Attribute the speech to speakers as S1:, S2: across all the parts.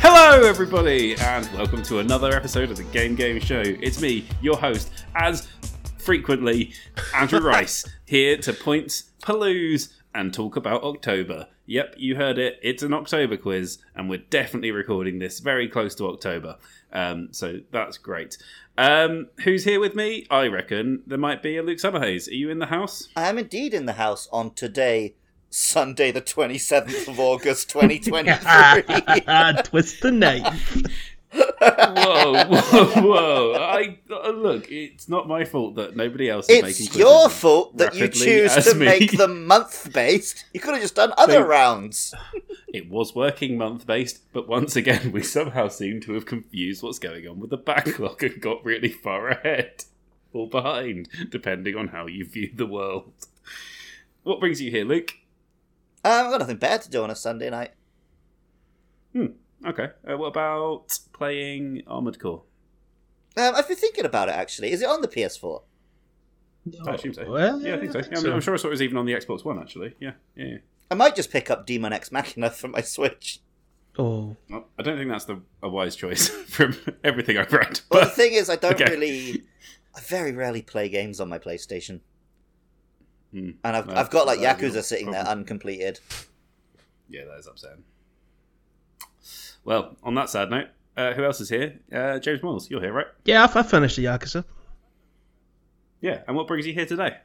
S1: Hello, everybody, and welcome to another episode of the Game Game Show. It's me, your host, as frequently, Andrew Rice, here to point, peruse, and talk about October. Yep, you heard it. It's an October quiz, and we're definitely recording this very close to October. Um, so that's great. Um, who's here with me? I reckon there might be a Luke Summerhays. Are you in the house?
S2: I am indeed in the house on today, Sunday, the 27th of August, 2023.
S3: Twist the name.
S1: whoa, whoa, whoa! I uh, look. It's not my fault that nobody else is making.
S2: it's your
S1: quizzes.
S2: fault that you
S1: rapidly
S2: choose
S1: as
S2: to
S1: me.
S2: make them month based. You could have just done other
S1: Thank-
S2: rounds.
S1: It was working month based, but once again, we somehow seem to have confused what's going on with the backlog and got really far ahead or behind, depending on how you view the world. What brings you here, Luke?
S2: Um, I've got nothing better to do on a Sunday night.
S1: Okay. Uh, what about playing Armored Core?
S2: Um, I've been thinking about it actually. Is it on the PS4?
S1: I assume so.
S3: Oh, Well,
S1: Yeah, I think so. Yeah, I'm, I'm sure I saw it was even on the Xbox One, actually. Yeah, yeah. yeah.
S2: I might just pick up Demon X Machina for my Switch.
S3: Oh,
S1: Well, I don't think that's the, a wise choice from everything I've read.
S2: Well, the
S1: but-
S2: thing is, I don't
S1: okay.
S2: really. I very rarely play games on my PlayStation.
S1: Hmm.
S2: And I've,
S1: No,
S2: I've got like
S1: that is a
S2: Yakuza sitting there uncompleted.
S1: Yeah, that is upsetting. Well, on that sad note, uh, who else is here? Uh, James Moyles, you're here, right?
S3: yeah. I, I finished the Yakuza.
S1: Yeah, and what brings you here today?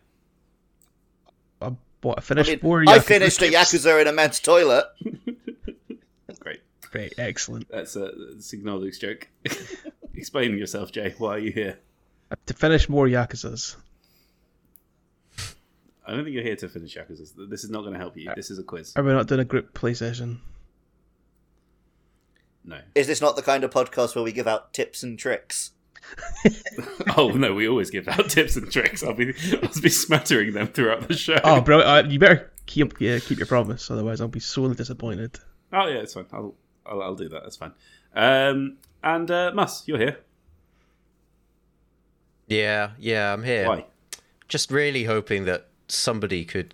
S3: I bought.
S2: I,
S3: I finished
S2: mean,
S3: four.
S2: I
S3: Yakuza
S2: finished a
S3: games.
S2: Yakuza in a men's toilet.
S1: Great.
S3: Great, excellent.
S1: That's a signal Luke's joke. Explain yourself, Jay. Why are you here?
S3: Uh, To finish more Yakuzas.
S1: I don't think you're here to finish Yakuza. This is not going to help you. This is a quiz.
S3: Are we not doing a group play session?
S1: No.
S2: Is this not the kind of podcast where we give out tips and tricks?
S1: Oh, no, we always give out tips and tricks. I'll be, I'll be smattering them throughout the show.
S3: Oh, bro, uh, you better keep yeah, keep your promise, otherwise I'll be sorely disappointed.
S1: Oh, yeah, it's fine. I'll, I'll, I'll do that. That's fine. Um, and uh, Mus, you're here.
S4: Yeah, yeah, I'm here.
S1: Why?
S4: Just really hoping that somebody could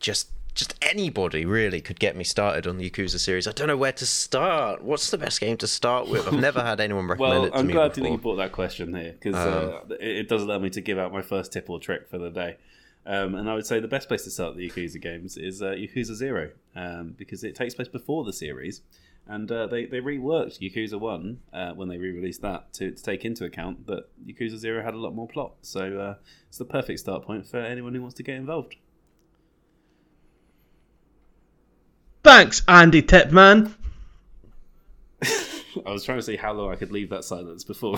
S4: just just anybody really could get me started on the Yakuza series. I don't know where to start. What's the best game to start with? I've never had anyone recommend
S1: Well,
S4: it to
S1: I'm
S4: me
S1: glad that
S4: before.
S1: you brought that question here because uh, it, it does allow me to give out my first tip or trick for the day. Um, and I would say the best place to start the Yakuza games is uh, Yakuza Zero um, because it takes place before the series, and uh, they they reworked Yakuza One uh, when they re-released that to, to take into account that Yakuza Zero had a lot more plot. So uh, it's the perfect start point for anyone who wants to get involved.
S3: Thanks, Andy Tipman.
S1: I was trying to see how long I could leave that silence before.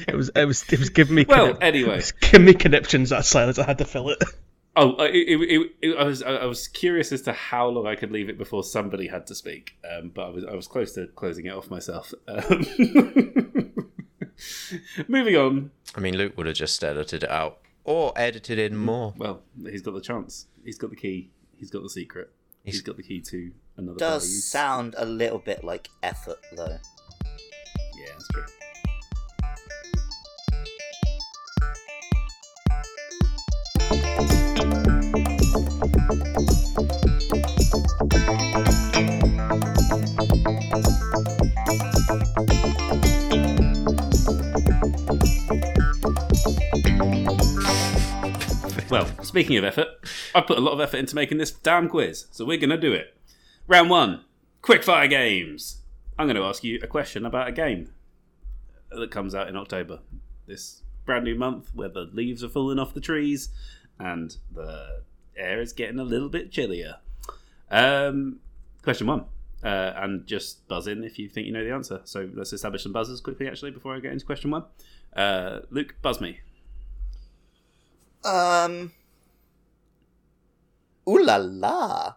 S3: It was it was it was giving me
S1: well,
S3: connip- it
S1: anyway.
S3: was giving me conniptions that silence. I had to fill it.
S1: Oh, I- it, it, it, it, I was I I was curious as to how long I could leave it before somebody had to speak, um, but I was I was close to closing it off myself. Um, moving on.
S4: I mean, Luke would have just edited it out or edited
S1: Mm-hmm.
S4: in more.
S1: Well, he's got the chance. He's got the key. He's got the secret. he's
S4: He's-
S1: got the key to another. value.
S2: Does sound a little bit like effort, though.
S1: Yeah, that's true. Well, speaking of effort, I put a lot of effort into making this damn quiz, so we're going to do it. Round one Quickfire Games. I'm going to ask you a question about a game that comes out in October. This brand new month where the leaves are falling off the trees and the air is getting a little bit chillier. Um, question one. Uh, and just buzz in if you think you know the answer. So let's establish some buzzers quickly, actually, before I get into question one. Uh, Luke, buzz me.
S2: Um. Ooh la la.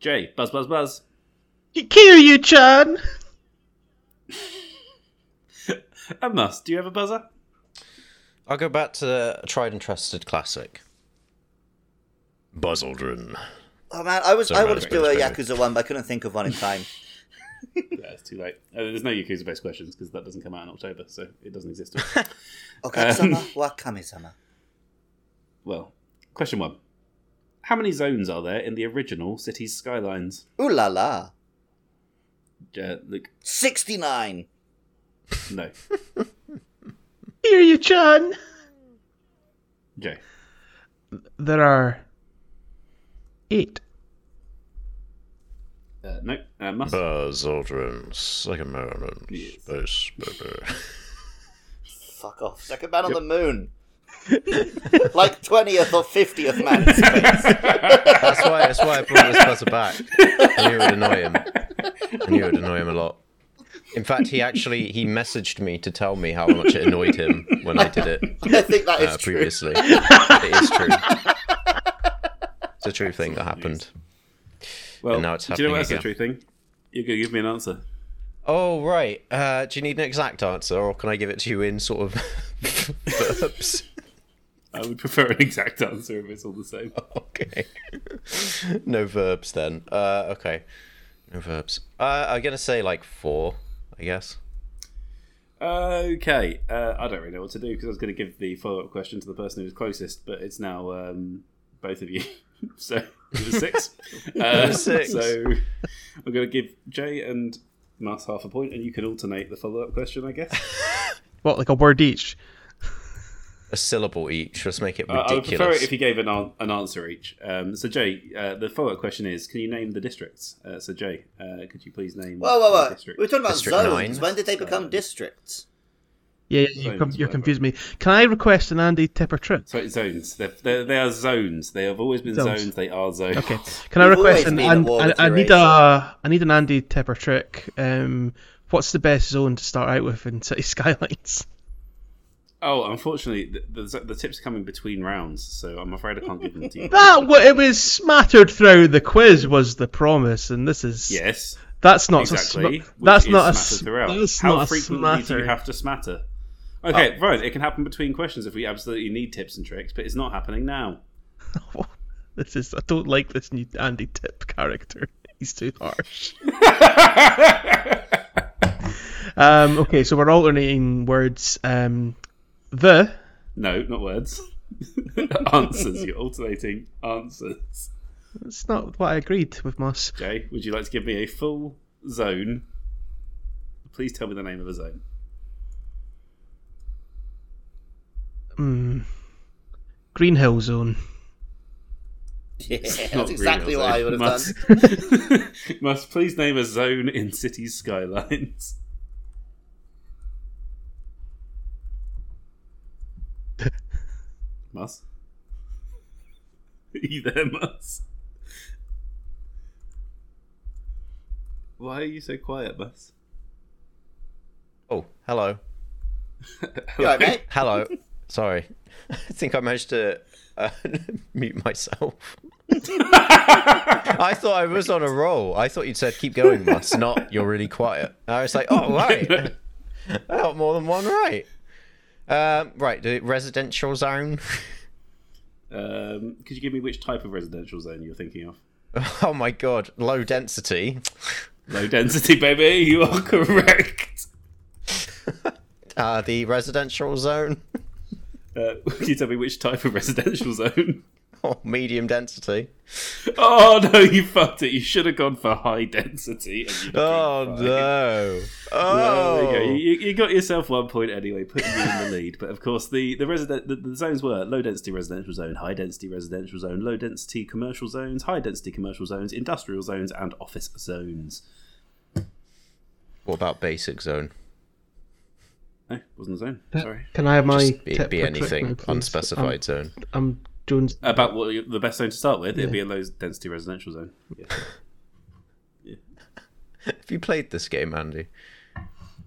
S1: Jay, buzz, buzz, buzz.
S3: Kill you, Chan.
S1: And Mus, do you have a buzzer?
S4: I'll go back to the tried and trusted classic. Buzzledrum.
S2: Oh man, I was
S4: So
S2: I wanted to do a
S4: round
S2: Yakuza one, but I couldn't think of one in time.
S1: Yeah, it's too late. Uh, there's no Yakuza based questions because that doesn't come out in October, so it doesn't exist.
S2: Okazama Wakame-sama.
S1: well, question one How many zones are there in the original city's skylines?
S2: Ooh la la.
S1: Uh, Luke,
S2: 69.
S1: no,
S3: Hear you, John.
S1: Jay.
S3: There are eight.
S1: Uh, no, uh, must.
S4: Buzz Aldrin, second moment,
S1: Yes.
S4: space baby.
S2: Fuck off. Second man on the moon. like 20th or 50th man. in space.
S4: That's why. That's why I brought this buzzer back. I knew it would annoy him. I knew it would annoy him a lot. In fact, he actually he messaged me to tell me how much it annoyed him when I did it
S2: I think that is
S4: uh,
S2: true.
S4: previously. it is true. It's a true thing that happened.
S1: Well,
S4: And now it's
S1: do you know
S4: happening
S1: what's the
S4: again.
S1: true thing? You're gonna give me an answer.
S4: Oh right. Uh, do you need an exact answer, or can I give it to you in sort of verbs?
S1: I would prefer an exact answer if it's all the same.
S4: okay. no verbs then. Uh, okay. No verbs. Uh, I'm gonna say like four, I guess.
S1: Okay, uh, I don't really know what to do because I was going to give the follow-up question to the person who was closest, but it's now um, both of you. so it was six. Uh,
S4: Six.
S1: So I'm going to give Jay and Mass half a point, and you can alternate the follow-up question, I guess.
S3: What, like a word each?
S4: A syllable each. Let's make it
S1: Uh, I- I would prefer
S4: ridiculous.
S1: it if you gave an, an an answer each. Um, so Jay, uh, the follow-up question is: Can you name the districts? Uh, so Jay, uh, could you please name
S2: Whoa, whoa,
S1: the
S2: whoa.
S1: district?
S2: We were talking about
S4: District
S2: zones.
S4: nine.
S2: When did they become districts?
S3: Yeah, yeah you
S1: Zones,
S3: com- you're
S1: whatever.
S3: confusing me. Can I request an Andy Tipper trip?
S1: So zones. They're, they're, they are zones. They have always been zones.
S3: Zones.
S1: They are zones.
S3: Okay. Can I
S2: We've always
S3: request an?
S2: been at
S3: an
S2: war
S3: I,
S2: with
S3: I need
S2: Eurasia.
S3: a I need an Andy Tipper trick. Um, what's the best zone to start out with in City Skylines?
S1: Oh, unfortunately, the, the, the tips are coming between rounds, so I'm afraid I can't give them to you.
S3: That what Ah, it was smattered through the quiz was the promise, and this is
S1: yes,
S3: that's not
S1: exactly.
S3: A sm-
S1: which
S3: that's
S1: is
S3: not a
S1: smatter
S3: s-
S1: throughout.
S3: that's
S1: How
S3: not a
S1: frequently do you
S3: smatter. Oh.
S1: have to smatter? Okay, right. It can happen between questions if we absolutely need tips and tricks, but it's not happening now.
S3: This is I don't like this new Andy Tip character. He's too harsh. um, okay, so we're alternating words. Um, the
S1: No, not words. answers. You're alternating answers.
S3: that's not what I agreed with Moss.
S1: Jay, would you like to give me a full zone? Please tell me the name of a zone.
S3: Mm. Green Hill Zone.
S2: Yeah,
S1: Not
S2: that's exactly
S1: real,
S2: what
S1: so
S2: I would have done.
S1: must, must please name a zone in city skylines. Must. Are you there, Must? Why are you so quiet, Must?
S4: Oh, hello.
S2: You alright, mate?
S4: Hello. Sorry. I think I managed to uh, mute myself. I thought I was on a roll. I thought you'd said keep going, Mus, not you're really quiet. I was like, oh, right. I got more than one right. Um, right, the residential zone.
S1: Um, could you give me which type of residential zone you're thinking of?
S4: Oh my god, low density.
S1: Low density, baby. You are correct.
S4: Uh, the residential zone.
S1: Uh, can you tell me which type of residential zone?
S4: Oh, medium density.
S1: Oh no, you fucked it. You should have gone for high density. and you'd have
S4: Oh
S1: been fine.
S4: no.
S1: Well, there you, go.
S4: Oh.
S1: You, you got yourself one point anyway, putting you in the lead. But of course, the the, resident, the the zones were low density residential zone, high density residential zone, low density commercial zones, high density commercial zones, industrial zones, and office zones.
S4: What about basic zone?
S1: No, wasn't a zone. Sorry.
S3: Can I have my
S4: Just be,
S3: tip
S4: be
S3: for trick now,
S4: anything
S3: please? Um,
S4: unspecified zone.
S3: I'm, I'm Jones.
S1: About what you- the best zone to start with? It'd be a low density residential zone. Yeah.
S4: Have you played this game, Andy?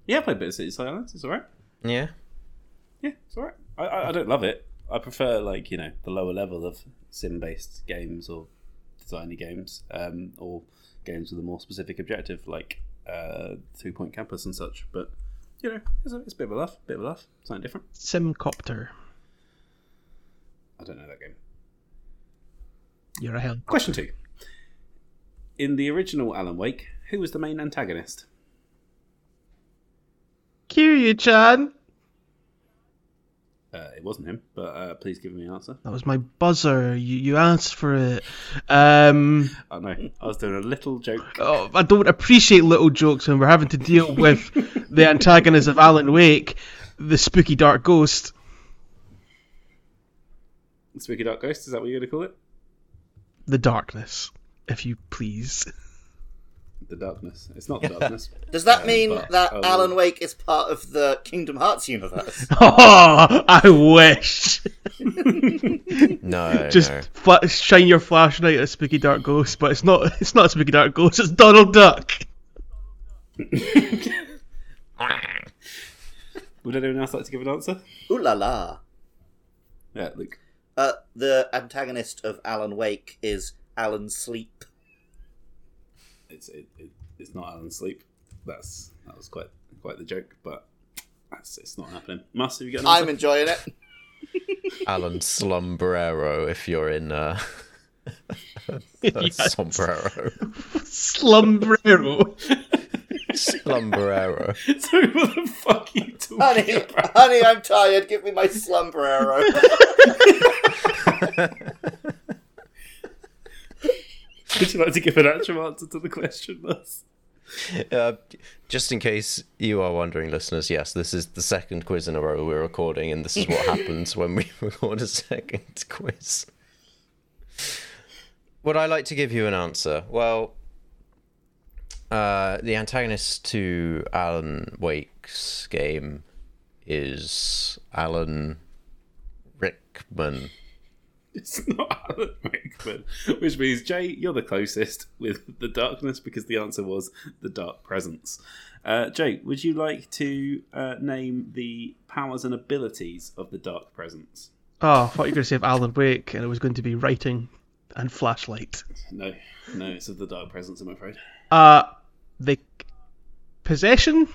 S1: yeah, I played a bit of City Skylines. It's all right.
S4: Yeah.
S1: Yeah, it's all right. I, I, I don't love it. I prefer like you know the lower level of sim-based games or designy games, um, or games with a more specific objective like uh, Two Point Campus and such. But you know, it's a, it's a bit of a laugh, bit of a laugh, something different.
S3: Simcopter.
S1: I don't know that game.
S3: You're a hell.
S1: Question two: In the original Alan Wake, who was the main antagonist?
S3: Kiryu-chan.
S1: Uh, it wasn't him, but uh, please give me an answer.
S3: That was my buzzer. You, you asked for it. Um,
S1: I know. I was doing a little joke.
S3: oh, I don't appreciate little jokes when we're having to deal with the antagonist of Alan Wake, the spooky dark ghost.
S1: Spooky Dark Ghost, is that what you're going to call it?
S3: The darkness, if you please.
S1: The Darkness. It's not the Darkness.
S2: Does that mean
S1: but-
S2: that
S1: oh,
S2: Alan
S1: well.
S2: Wake is part of the Kingdom Hearts universe?
S3: Oh, I wish.
S4: No,
S3: Just
S4: no.
S3: fla- shine your flashlight at spooky dark ghost, but it's not. It's not spooky dark ghost. It's Donald Duck.
S1: Would anyone else like to give an answer?
S2: Ooh la la.
S1: Yeah, Luke.
S2: Uh, the antagonist of Alan Wake is Alan Sleep.
S1: It's it, it, it's not Alan Sleep. That's that was quite quite the joke, but that's, it's not happening. Must have you got an answer?
S2: I'm enjoying it.
S4: Alan Slumbrero, if you're in uh,
S3: Yes.
S4: Sombrero.
S3: Slumbrero.
S4: Slumbrero.
S1: So what the fuck are you talking
S2: honey,
S1: about?
S2: honey, I'm tired. Give me my slumber arrow.
S1: Would you like to give an actual answer to the question, Mus?
S4: Uh, just in case you are wondering, listeners, yes, this is the second quiz in a row we're recording, and this is what happens when we record a second quiz. Would I like to give you an answer? Well, uh, the antagonist to Alan Wake's game is Alan Rickman.
S1: It's not Alan Rickman. Which means, Jay, you're the closest with the darkness because the answer was the dark presence. Uh, Jay, would you like to uh, name the powers and abilities of the dark presence?
S3: Oh, I thought you were going to say of Alan Wake, and it was going to be writing and flashlight.
S1: No, no, it's of the dark presence, I'm afraid.
S3: Uh, the possession,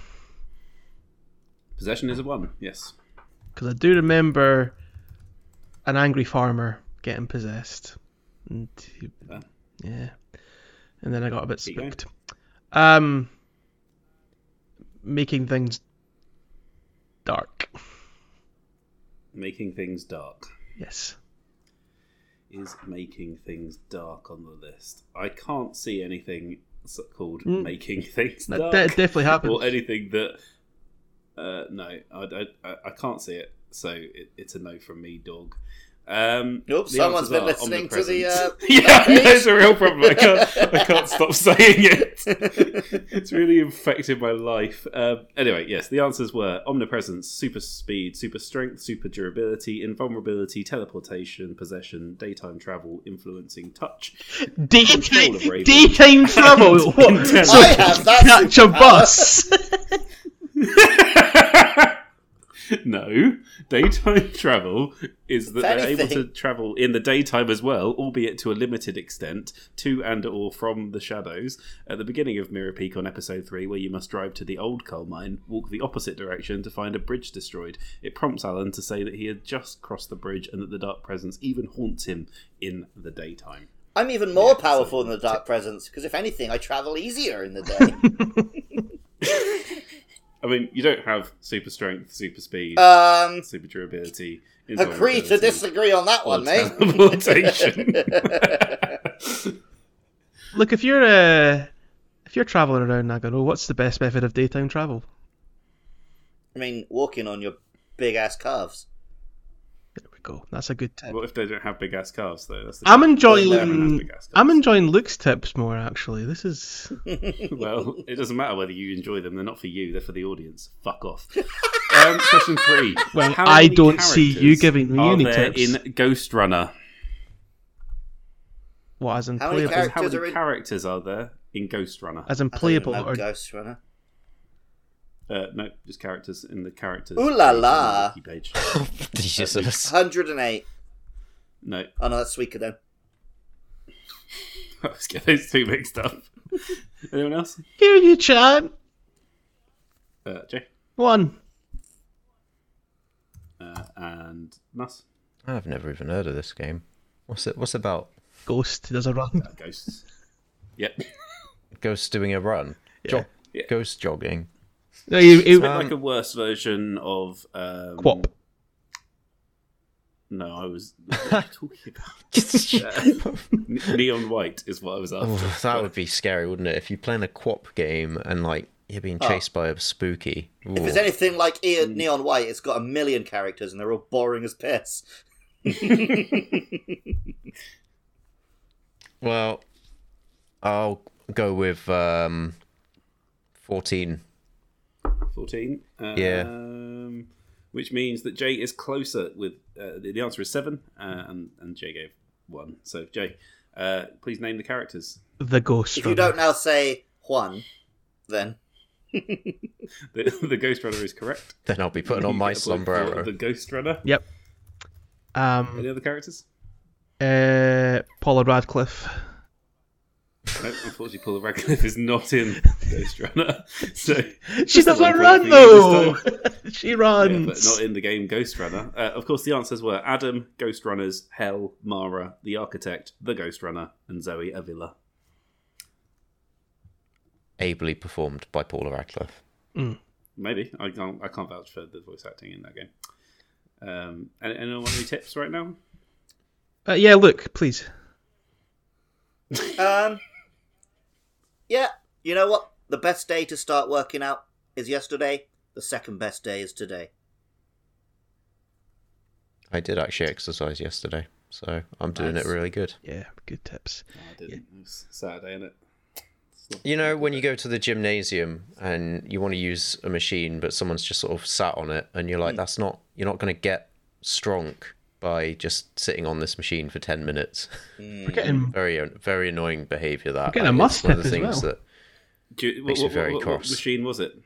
S1: Possession is a one, yes.
S3: because I do remember an angry farmer getting possessed, and he,
S1: Yeah.
S3: yeah, and then I got a bit
S1: Keep going.
S3: spooked. Um, making things dark.
S1: Making things dark.
S3: Yes.
S1: Is making things dark on the list? I can't see anything s- called making things
S3: Mm. That,
S1: dark.
S3: that definitely happened.
S1: or anything that. Uh, no, I, I- I, I can't see it, so it, it's a no from me, dog. Um,
S2: Nope,
S1: the answers
S2: someone's been
S1: are
S2: listening to the, uh,
S1: omnipresent. yeah,
S2: page.
S1: it's a real problem. I can't, I can't stop saying it. it's really affected my life. Um, anyway, yes, the answers were omnipresence, super speed, super strength, super durability, invulnerability, teleportation, possession, daytime travel, influencing touch,
S3: daytime,
S1: Control of Raven.
S3: daytime travel. What?
S1: Intense.
S3: So
S1: I
S2: have that
S3: catch a
S2: superpower.
S3: bus.
S1: no, daytime travel is that
S2: If
S1: they're able to
S2: anything-
S1: travel in the daytime as well, albeit to a limited extent, to and or from the shadows. At the beginning of Mirror Peak on episode three, where you must drive to the old coal mine, walk the opposite direction to find a bridge destroyed. It prompts Alan to say that he had just crossed the bridge and that the dark presence even haunts him in the daytime.
S2: I'm even more powerful than the Dark Presence because, if anything, I travel easier in the day.
S1: I mean, you don't have super strength, super speed,
S2: Um,
S1: super durability.
S2: agree to
S1: invulnerability.
S2: disagree on that one, mate.
S1: Teleportation.
S3: Look, if you're uh, if you're traveling around Nagano, what's the best method of daytime travel?
S2: I mean, walking on your big ass calves.
S3: There we go. That's a good tip.
S1: what if they don't have big ass cars though? That's the
S3: I'm
S1: Everyone has
S3: enjoying
S1: big ass calves.
S3: I'm enjoying Luke's tips more actually. This is
S1: well, it doesn't matter whether you enjoy them; they're not for you; they're for the audience. Fuck off. Um, question three.
S3: Well,
S1: How
S3: I
S1: many
S3: don't see you
S1: characters
S3: giving me
S1: are
S3: any
S1: there
S3: tips.
S1: in Ghost Runner.
S3: what as in
S2: How many
S3: playable
S2: characters?
S1: How many
S2: are in-
S1: characters are there in Ghost Runner?
S3: as in
S2: I don't
S3: playable
S2: know,
S3: or
S2: Ghost Runner.
S1: Uh, no, just characters in the characters.
S2: Ooh la la.
S1: Wiki Page.
S4: Jesus.
S2: 108.
S1: No,
S2: Oh no, that's weaker then.
S1: let's get those two mixed up. Anyone else?
S3: here you chan
S1: Uh, Jay
S3: one.
S1: uh, and Nuss.
S4: I've never even heard of this game. What's it? What's it about?
S3: Ghost does a run.
S1: Ghosts. Yep.
S4: Ghosts doing a run. Jog-
S1: Yeah.
S4: Ghost jogging.
S2: Um,
S3: No, you- you-
S1: um, like a worse version of um,
S3: Quap.
S1: No, I was what are you talking about Ne- neon white is what I was after.
S4: Oh, that would be scary, wouldn't it? If you're playing a quap game and like you're being chased by a spooky.
S2: If it's
S4: Ooh.
S2: anything like E-
S3: Mm.
S2: Neon White, it's got a million characters and they're all boring as piss.
S4: Well, I'll go with um, 14.
S1: Fourteen. Um,
S4: Oh. Yeah.
S1: Which means that Jay is closer with uh, the the answer is seven, uh, and and Jay gave one. So Jay, uh, please name the characters.
S3: The ghost.
S2: If you
S3: Runner.
S2: don't now say Juan, then
S1: The, the Ghost Runner is correct.
S4: Then I'll be putting
S1: You
S4: on my
S1: get a point for The
S4: sombrero.
S1: Ghost Runner.
S3: Yep.
S1: Any
S3: Um.
S1: other characters?
S3: Uh. Paula Radcliffe.
S1: No, unfortunately, Paula Radcliffe is not in Ghost Runner. So
S3: She
S1: That's a
S3: doesn't
S1: long
S3: run
S1: point for you
S3: though.
S1: this
S3: she
S1: yeah,
S3: runs.
S1: but not in the game Ghost Runner. Uh, of course, the answers were Adam, Ghost Runners, Hell, Mara, the Architect, the Ghost Runner, and Zoe Avila.
S4: Ably performed by Paula Radcliffe.
S1: Maybe I can't. I can't vouch for the voice acting in that game. Um, any- anyone want any tips right now?
S3: Uh, yeah. Look, please.
S2: Um, yeah, you know what? The best day to start working out is yesterday. The second best day is today.
S4: I did actually exercise yesterday, so I'm doing
S1: Nice.
S4: it really good.
S3: Yeah. Good tips.
S1: No, I didn't. It was Saturday, innit?
S4: You know, when you go to the gymnasium and you want to use a machine, but someone's just sort of sat on it, and you're
S3: Mm.
S4: like, that's not, you're not going to get strong by just sitting on this machine for 10 minutes.
S2: Hmm.
S3: We're getting
S4: very, very annoying behavior that.
S3: Getting a
S4: Like, it's one
S3: mustard
S4: of the
S3: as
S4: things
S3: well.
S4: that
S1: Do you, what,
S4: Makes me
S1: what, what-
S4: very
S1: what
S4: cross.
S1: machine was it?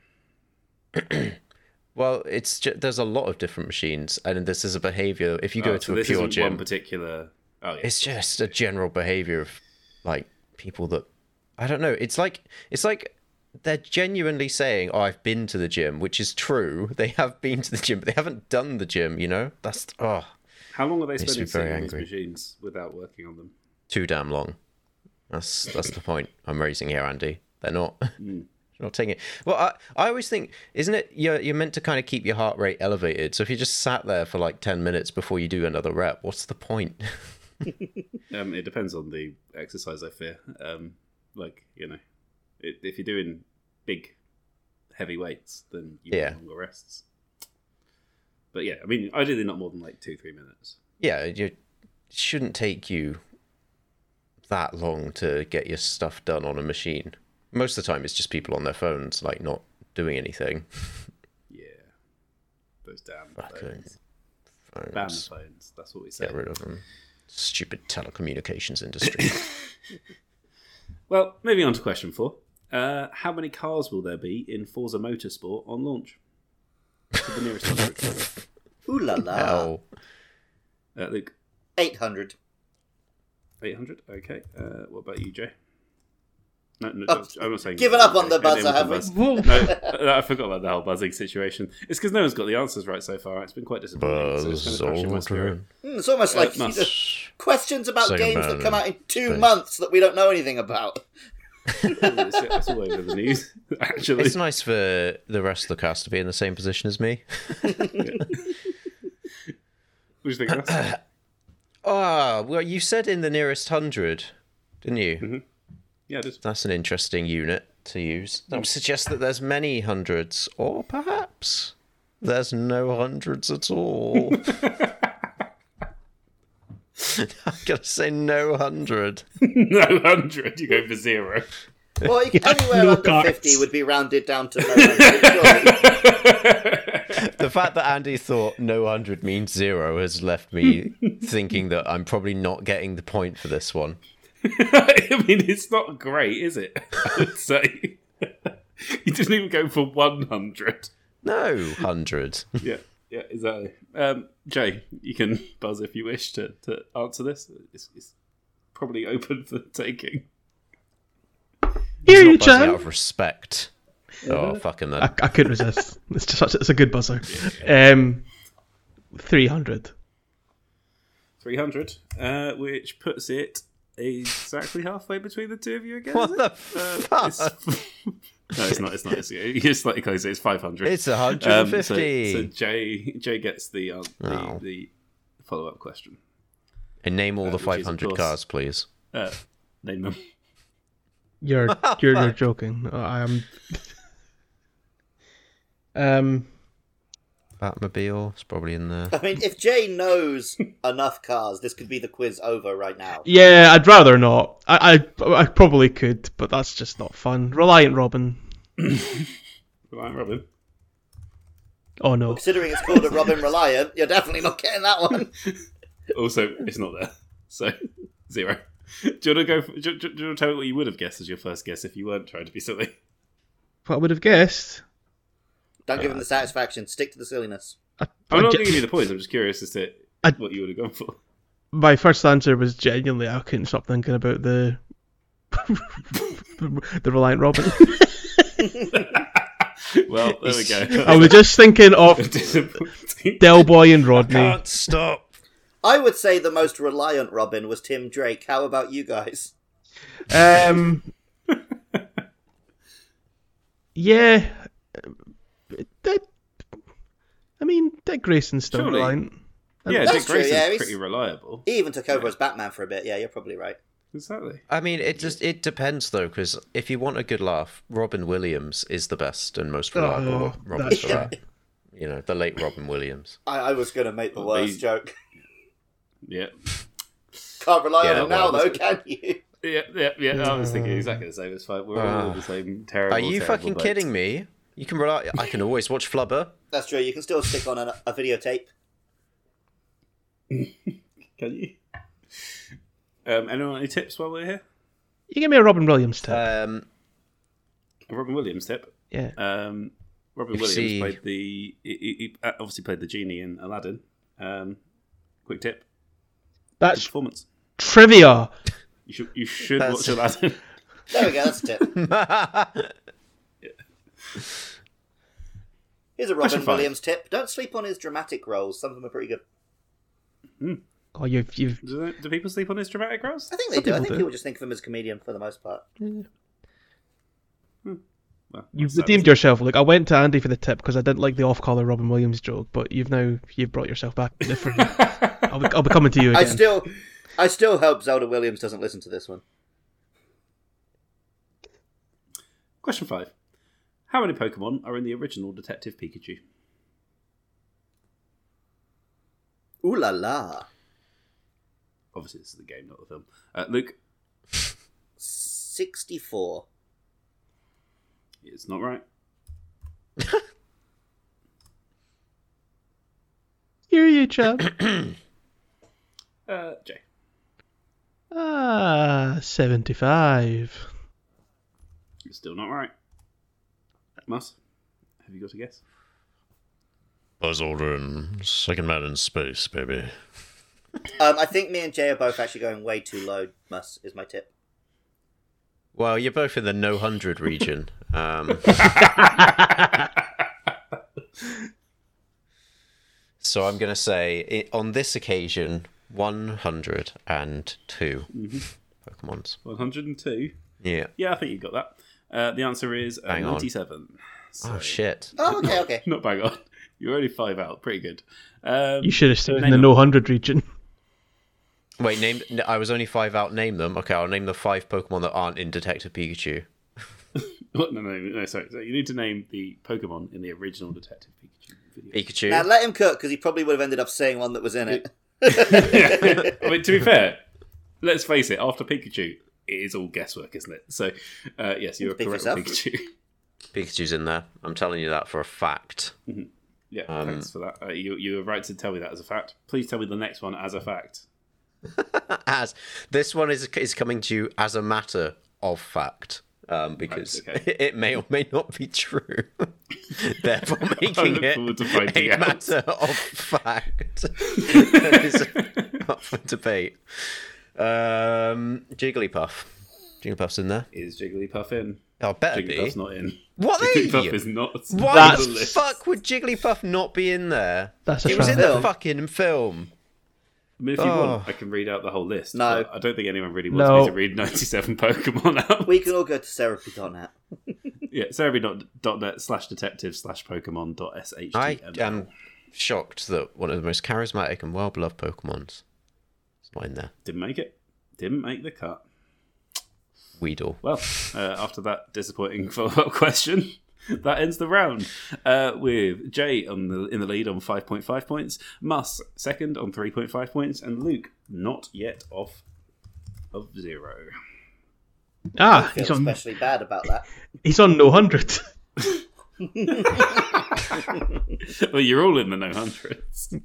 S4: Well, it's ju- there's a lot of different machines, and this is a behavior. If you go
S1: Oh,
S4: to
S1: so
S4: a
S1: this
S4: pure
S1: isn't one
S4: gym,
S1: particular. Oh yeah.
S4: it's just a general behavior of like people that I don't know. It's like it's like they're genuinely saying, "Oh, I've been to the gym," which is true. They have been to the gym, but they haven't done the gym. You know, that's oh,
S1: How long are they
S4: me
S1: spending
S4: very
S1: sitting on these
S4: angry.
S1: machines without working on them?
S4: too damn long. That's that's the point I'm raising here, Andy. They're not they're not taking it. Well, I I always think, isn't it? You're you're meant to kind of keep your heart rate elevated. So if you just sat there for like ten minutes before you do another rep, what's the point?
S1: Um, it depends on the exercise, I fear. Um, like you know, i if you're doing big, heavy weights, then you
S4: Yeah.
S1: need longer rests. But yeah, I mean, ideally not more than like two, three minutes.
S4: yeah, you it shouldn't take you that long to get your stuff done on a machine. Most of the time, it's just people on their phones, like not doing anything.
S1: Yeah, those damn
S4: Fucking
S1: phones.
S4: Phones.
S1: Damn phones. That's what we say.
S4: Get rid of them. Stupid telecommunications industry.
S1: Well, moving on to question four. Uh, how many cars will there be in Forza Motorsport on launch? To the nearest hundred.
S2: Ooh la la.
S4: Ow.
S1: Uh, Luke,
S2: 800.
S1: eight hundred. Okay. Uh, what about you, Jay? No, no,
S2: Oh,
S1: I'm not saying.
S2: given up on the
S1: Okay, name
S2: buzzer,
S1: of the
S2: have we?
S1: buzz. No, no, I forgot about the whole buzzing situation. It's because no one's got the answers right so far. It's been quite disappointing. so it's
S4: Buzz
S1: kind of crashing my spirit.
S4: Aldrin.
S2: Hmm, it's almost like
S1: must-
S2: you know, questions about
S4: Second
S2: games that
S4: ballot.
S2: come out in two
S4: Thanks.
S2: months that we don't know anything about.
S1: it's, it's all over the news. Actually,
S4: It's nice for the rest of the cast to be in the same position as me.
S1: what do you think? Of that?
S4: Ah, well, you said in the nearest hundred, didn't you?
S1: yeah, just
S4: That's an interesting unit to use. That would suggest that there's many hundreds, or perhaps there's no hundreds at all. I'm gonna say no hundred.
S1: no hundred. You go for zero.
S2: Well, you- anywhere
S3: no
S2: under
S3: cards.
S2: 50 would be rounded down to no. surely.
S4: The fact that Andy thought no hundred means zero has left me thinking that I'm probably not getting the point for this one.
S1: I mean, it's not great, is it? I would say you didn't even go for one hundred.
S4: No hundred.
S1: Yeah, yeah, exactly. Um, Jay, you can buzz if you wish to, to answer this. It's, it's probably open for taking.
S3: Here you,
S4: Not buzzing out
S3: Jan.
S4: of respect. Oh
S1: Uh,
S4: fucking
S3: I,
S4: that.
S3: I couldn't resist. It's just such, it's a good buzzer. Um, three hundred.
S1: 300, uh, which puts it exactly halfway between the two of you again.
S4: What
S1: is
S4: the
S1: it? Uh,
S4: fuck?
S1: it's- no, it's not. It's not. It's, it's slightly closer. It's 500.
S4: It's
S1: Um, so,
S4: 150.
S1: so Jay Jay gets the um, the,
S4: Oh.
S1: the follow up question.
S4: And name all the
S1: uh, which is, of
S4: 500
S1: course-
S4: cars, please.
S1: Uh, name them.
S3: You're you're, you're joking. Oh, I'm. um.
S4: Batmobile, it's probably in there.
S2: I mean, if Jay knows enough cars, this could be the quiz over right now.
S3: Yeah, I'd rather not. I, I I probably could, but that's just not fun. Reliant Robin.
S1: Right, Robin.
S3: Oh no.
S2: Considering it's called a Robin Reliant, you're definitely not getting that one.
S1: Also, it's not there. So, zero. Do you want to go? For, do, you- do you want to tell me what you would have guessed as your first guess if you weren't trying to be silly?
S3: What I would have guessed.
S2: Don't give him the satisfaction. Stick to the silliness.
S1: I'm not
S3: ge-
S1: going to give you the points. I'm just curious as to
S3: I-
S1: what you would have gone for.
S3: my first answer was genuinely I couldn't stop thinking about the the Reliant Robin.
S1: Well, there we go.
S3: I was just thinking of
S1: disappointing.
S3: Del Boy and Rodney.
S4: Can't stop.
S2: I would say the most reliant Robin was Tim Drake. How about you guys?
S3: Um, yeah, that. I mean, Dick Grayson's still
S1: Surely.
S3: Reliant.
S1: Yeah,
S2: That's
S1: Dick
S2: true,
S1: Grayson's
S2: yeah, he's-
S1: pretty reliable.
S2: He even took over as Batman for a bit. Yeah, you're probably right.
S1: Exactly.
S4: I mean, it just it depends though, because if you want a good laugh, Robin Williams is the best and most reliable.
S3: Oh,
S4: Robin
S3: that's
S4: for that. You know, the late Robin Williams.
S2: I, I was going to make the
S1: Well,
S2: worst
S1: they-
S2: joke.
S1: Yeah.
S2: Can't rely
S4: Yeah,
S2: on him now,
S4: well,
S2: though, can you?
S1: Yeah, yeah, yeah. I was thinking exactly the same. It's fine. We're all in the same terrible.
S4: Are you
S1: terrible
S4: fucking
S1: boat.
S4: kidding me? You can rely. I can always watch Flubber.
S2: That's true. You can still stick on a, a videotape.
S1: Can you? Um, anyone got any tips while we're here?
S3: You give me a Robin Williams tip.
S4: Um,
S1: A Robin Williams tip.
S3: yeah,
S1: Um, Robin
S4: If
S1: Williams
S4: she-
S1: played the. He, he he obviously played the genie in Aladdin. Um, quick tip. Good
S3: that's
S1: performance.
S3: trivia.
S1: You should you should
S4: That's-
S1: watch Aladdin.
S2: There we go. That's a tip. Here's a
S1: Question
S2: Robin
S1: five.
S2: Williams tip. Don't sleep on his dramatic roles. Some of them are pretty good.
S3: Oh, you've you've
S1: do, do people sleep on his dramatic roles?
S2: I think they
S3: Some
S2: do. I
S3: people
S2: think
S3: do.
S2: people just think of him as a comedian for the most part.
S1: Well,
S3: you've
S1: that's-
S3: redeemed yourself. Look, I went to Andy for the tip because I didn't like the off-color Robin Williams joke, but you've now you've brought yourself back. Different. I'll, be, I'll be coming to you
S2: I
S3: again.
S2: still, I still hope Zelda Williams doesn't listen to this one.
S1: Question five. How many Pokemon are in the original Detective Pikachu?
S2: Ooh la la.
S1: Obviously, this is the game, not the film. Uh, Luke,
S2: Sixty-four.
S1: it's not right.
S3: Hear you, chap.
S1: Uh, Jay,
S3: Ah, 75.
S1: it's still not right. Mus, have you got a guess?
S4: Buzz Aldrin, second man in space, baby.
S2: Um, I think me and Jay are both actually going way too low. Mus is my tip.
S4: Well, you're both in the no hundred region. Um, so I'm going to say it, on this occasion, 102
S3: Mm-hmm.
S4: Pokemon's.
S1: 102.
S4: Yeah.
S1: Yeah, I think you got that. Uh, the answer is uh,
S4: Bang on.
S1: 97. So,
S4: Oh shit.
S2: Oh, okay, okay.
S1: Not bang on. You're only five out. Pretty good. Um,
S3: You should have stayed in the
S1: Name
S3: no 100 region.
S4: Wait, name. n- I was only five out. Name them. Okay, I'll name the five Pokemon that aren't in Detective Pikachu.
S1: No, no, no, no, sorry. So you need to name the Pokemon in the original Detective Pikachu video.
S4: Pikachu.
S2: Now let him cook because he probably would have ended up saying one that was in it.
S1: I mean, to be fair, let's face it. After Pikachu, it is all guesswork, isn't it? So, uh, yes, you're
S2: Speak for
S1: correct.
S2: yourself.
S1: with Pikachu.
S4: Pikachu's in there. I'm telling you that for a fact.
S1: yeah, thanks for that. Uh, you you were right to tell me that as a fact. Please tell me the next one as a fact.
S4: As this one is is coming to you as a matter of fact, um, because
S1: Right,
S4: it, may or may not be true. Therefore,
S1: I
S4: making
S1: look forward to
S4: it
S1: finding
S4: a
S1: out.
S4: matter of fact that is up for debate. Um, Jigglypuff. Jigglypuff's in there.
S1: Is Jigglypuff in?
S4: Oh, better be.
S1: Jigglypuff's not in.
S4: What are
S1: Jigglypuff
S4: you?
S1: is not.
S4: Why
S1: on
S4: the
S1: list.
S4: fuck would Jigglypuff not be in there?
S3: That's a
S4: It was in the
S2: Film.
S4: fucking film.
S1: I mean, if you
S4: Oh.
S1: want, I can read out the whole list.
S2: No.
S1: but I don't think anyone really wants
S3: No.
S1: me to read 97 Pokemon out.
S2: We can all go to therapy.net.
S1: yeah, cerebri.net slash detective slash Pokemon dot
S4: I
S1: SHTML.
S4: am shocked that one of the most charismatic and well beloved Pokemons is not in there.
S1: Didn't make it. Didn't make the cut.
S4: Weedle.
S1: Well, uh, after that disappointing follow-up question, that ends the round uh, with Jay on the in the lead on five point five points, Mus second on three point five points, and Luke not yet off of zero.
S3: Ah,
S2: Feel
S3: he's on.
S2: especially bad about that.
S3: He's on no hundred.
S1: well, you're all in the no hundreds.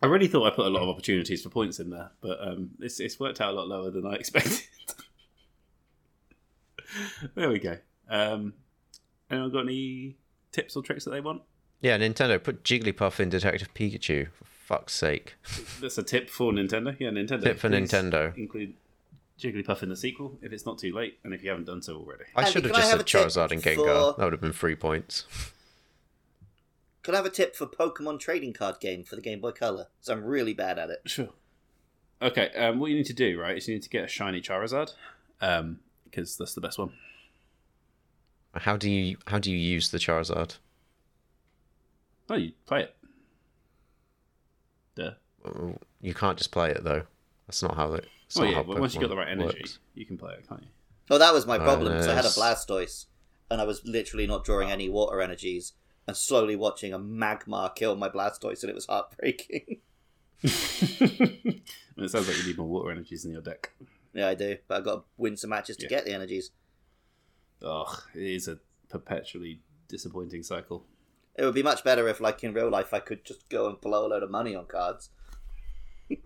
S1: I really thought I put a lot of opportunities for points in there, but um, it's it's worked out a lot lower than I expected. there we go. Um, anyone got any tips or tricks that they want?
S4: Yeah, Nintendo, put Jigglypuff in Detective Pikachu. For fuck's sake.
S1: That's a tip for Nintendo. Yeah, Nintendo.
S4: Tip for
S1: please
S4: Nintendo.
S1: Include Jigglypuff in the sequel if it's not too late, and if you haven't done so already.
S4: I
S2: Andy,
S4: should have
S2: can I
S4: just
S2: have
S4: said
S2: a tip
S4: Charizard and
S2: for-
S4: Gengar. That would have been three points.
S2: Could I have a tip for Pokemon trading card game for the Game Boy Color? So I'm really bad at it.
S1: Sure. Okay, um, what you need to do, right, is you need to get a shiny Charizard, because that's the best one.
S4: How do you how do you use the Charizard?
S1: No, Oh, you play it. Duh.
S4: Oh, You can't just play it though. That's not how it. that's
S1: Oh
S4: not
S1: yeah,
S4: how
S1: but once you got
S4: Pokemon
S1: the right energy,
S4: works.
S1: you can play it, can't you?
S2: Oh, that was my problem
S4: no,
S2: because I had a
S4: it's-
S2: Blastoise, and I was literally not drawing any water energies, and slowly watching a Magmar kill my Blastoise, and it was heartbreaking.
S1: Well, it sounds like you need more water energies in your deck.
S2: yeah, I do, but I got to win some matches to
S1: Yeah.
S2: get the energies.
S1: Ugh, it is a perpetually disappointing cycle.
S2: It would be much better if, like in real life, I could just go and blow a load of money on cards.
S1: They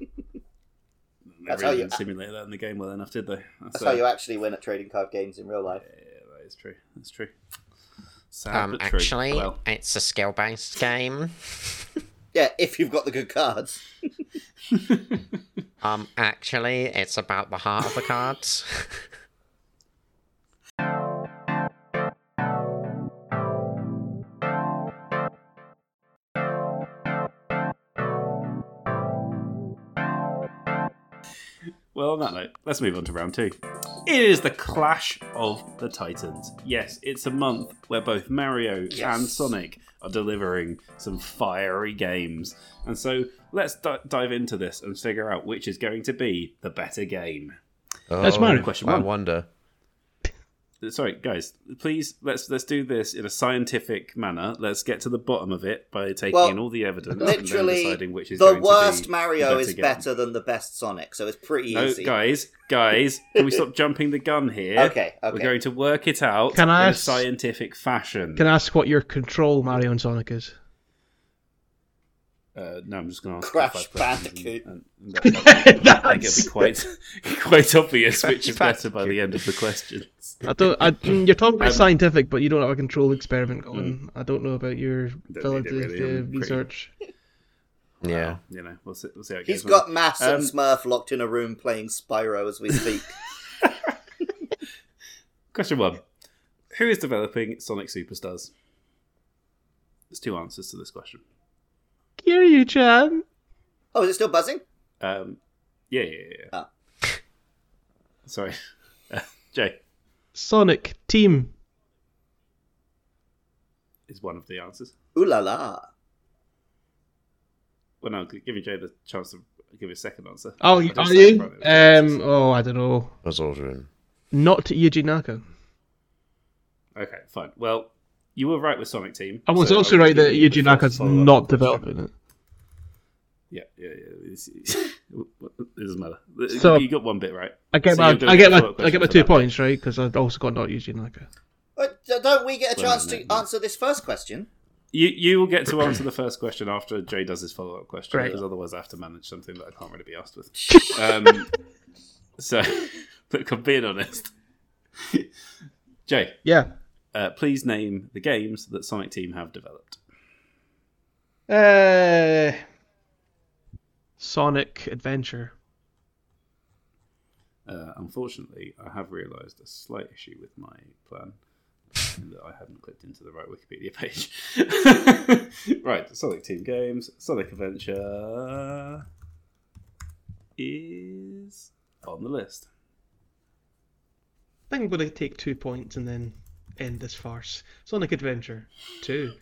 S2: That's
S1: really
S2: how you-
S1: didn't simulate that in the game well enough, did they?
S2: That's how you actually win at trading card games in real life.
S1: Yeah, that is true. That's true. Sad,
S4: Um,
S1: but true.
S4: actually,
S1: Well,
S4: it's a skill based game.
S2: Yeah, if you've got the good cards.
S4: Um, actually, it's about the heart of the cards.
S1: Well, on that note, let's move on to round two. It is the Clash of the Titans. Yes, it's a month where both Mario and Sonic are delivering some fiery games. And so let's di- dive into this and figure out which is going to be the better game.
S3: That's my only
S1: question,
S4: I
S1: one.
S4: wonder.
S1: Sorry, guys, please let's let's do this in a scientific manner. Let's get to the bottom of it by taking
S2: Well,
S1: in all the evidence and then
S2: Literally,
S1: deciding which is
S2: the
S1: going
S2: worst
S1: to be
S2: Mario
S1: the
S2: is
S1: game.
S2: better than the best Sonic, so it's pretty
S1: No,
S2: easy.
S1: guys, guys, can we stop jumping the gun here?
S2: Okay, okay.
S1: We're going to work it out
S3: Can I
S1: in a
S3: ask-
S1: scientific fashion.
S3: Can I ask what your control Mario and Sonic is?
S1: uh, no, I'm just going to ask
S2: Crash
S1: five questions
S2: Bandicoot.
S1: And, and, and that- I think it'll
S3: That's-
S1: be quite quite obvious which is
S4: Crash
S1: better by the end of the questions.
S3: I don't. I, mm, you're talking about
S1: Um,
S3: scientific, but you don't have a control
S1: Mm.
S3: experiment going. I don't know about your
S1: it
S3: ability
S1: really,
S3: to
S1: I'm pretty-
S3: research.
S4: Yeah.
S1: You know, we'll see, we'll see how it
S2: He's
S1: goes.
S2: got Mass
S1: Um,
S2: and Smurf locked in a room playing Spyro as we speak.
S1: Question one: Who is developing Sonic Superstars? There's two answers to this question.
S3: Hear you, Chan.
S2: oh, is it still buzzing?
S1: Um, yeah, yeah, yeah. yeah.
S2: Ah.
S1: Sorry, Uh, Jay
S3: Sonic team.
S1: is one of the answers.
S2: Ooh la la.
S1: Well, no, give me Jay the chance to give a second answer.
S3: Oh,
S1: I
S3: you-
S1: just
S3: are
S1: said
S3: you?
S1: probably the second
S3: Um. Oh, I don't know.
S4: I was ordering.
S3: Not Yuji Naka.
S1: Okay, fine. Well, you were right with Sonic Team.
S3: oh. I was
S1: so
S3: also
S1: I'll
S3: right
S1: give
S3: that
S1: you the first
S3: Yuji Naka's
S1: follow-up
S3: not
S1: question.
S3: developing it.
S1: Yeah, yeah, yeah. It's, it doesn't matter.
S3: So-
S1: you got one bit right.
S3: I get
S1: So
S3: my.
S1: you'll do
S3: I
S1: a
S3: get my.
S1: follow-up
S3: I get my
S1: question for
S3: two
S1: that.
S3: points right because I also got not Yuji Naka.
S2: Uh, d- don't we get a
S1: Well,
S2: chance
S1: no,
S2: to
S1: no.
S2: answer this first question?
S1: You you will get to answer the first question after Jay does his follow up question,
S3: Right.
S1: because otherwise I have to manage something that I can't really be asked with. um, so, look, I'm being honest. Jay,
S3: Yeah.
S1: uh, please name the games that Sonic Team have developed.
S3: Uh. Sonic Adventure.
S1: Uh, unfortunately, I have realised a slight issue with my plan in that I hadn't clicked into the right Wikipedia page. right, Sonic Team Games, Sonic Adventure is on the list.
S3: I think I'm going to take two points and then end this farce. Sonic Adventure 2.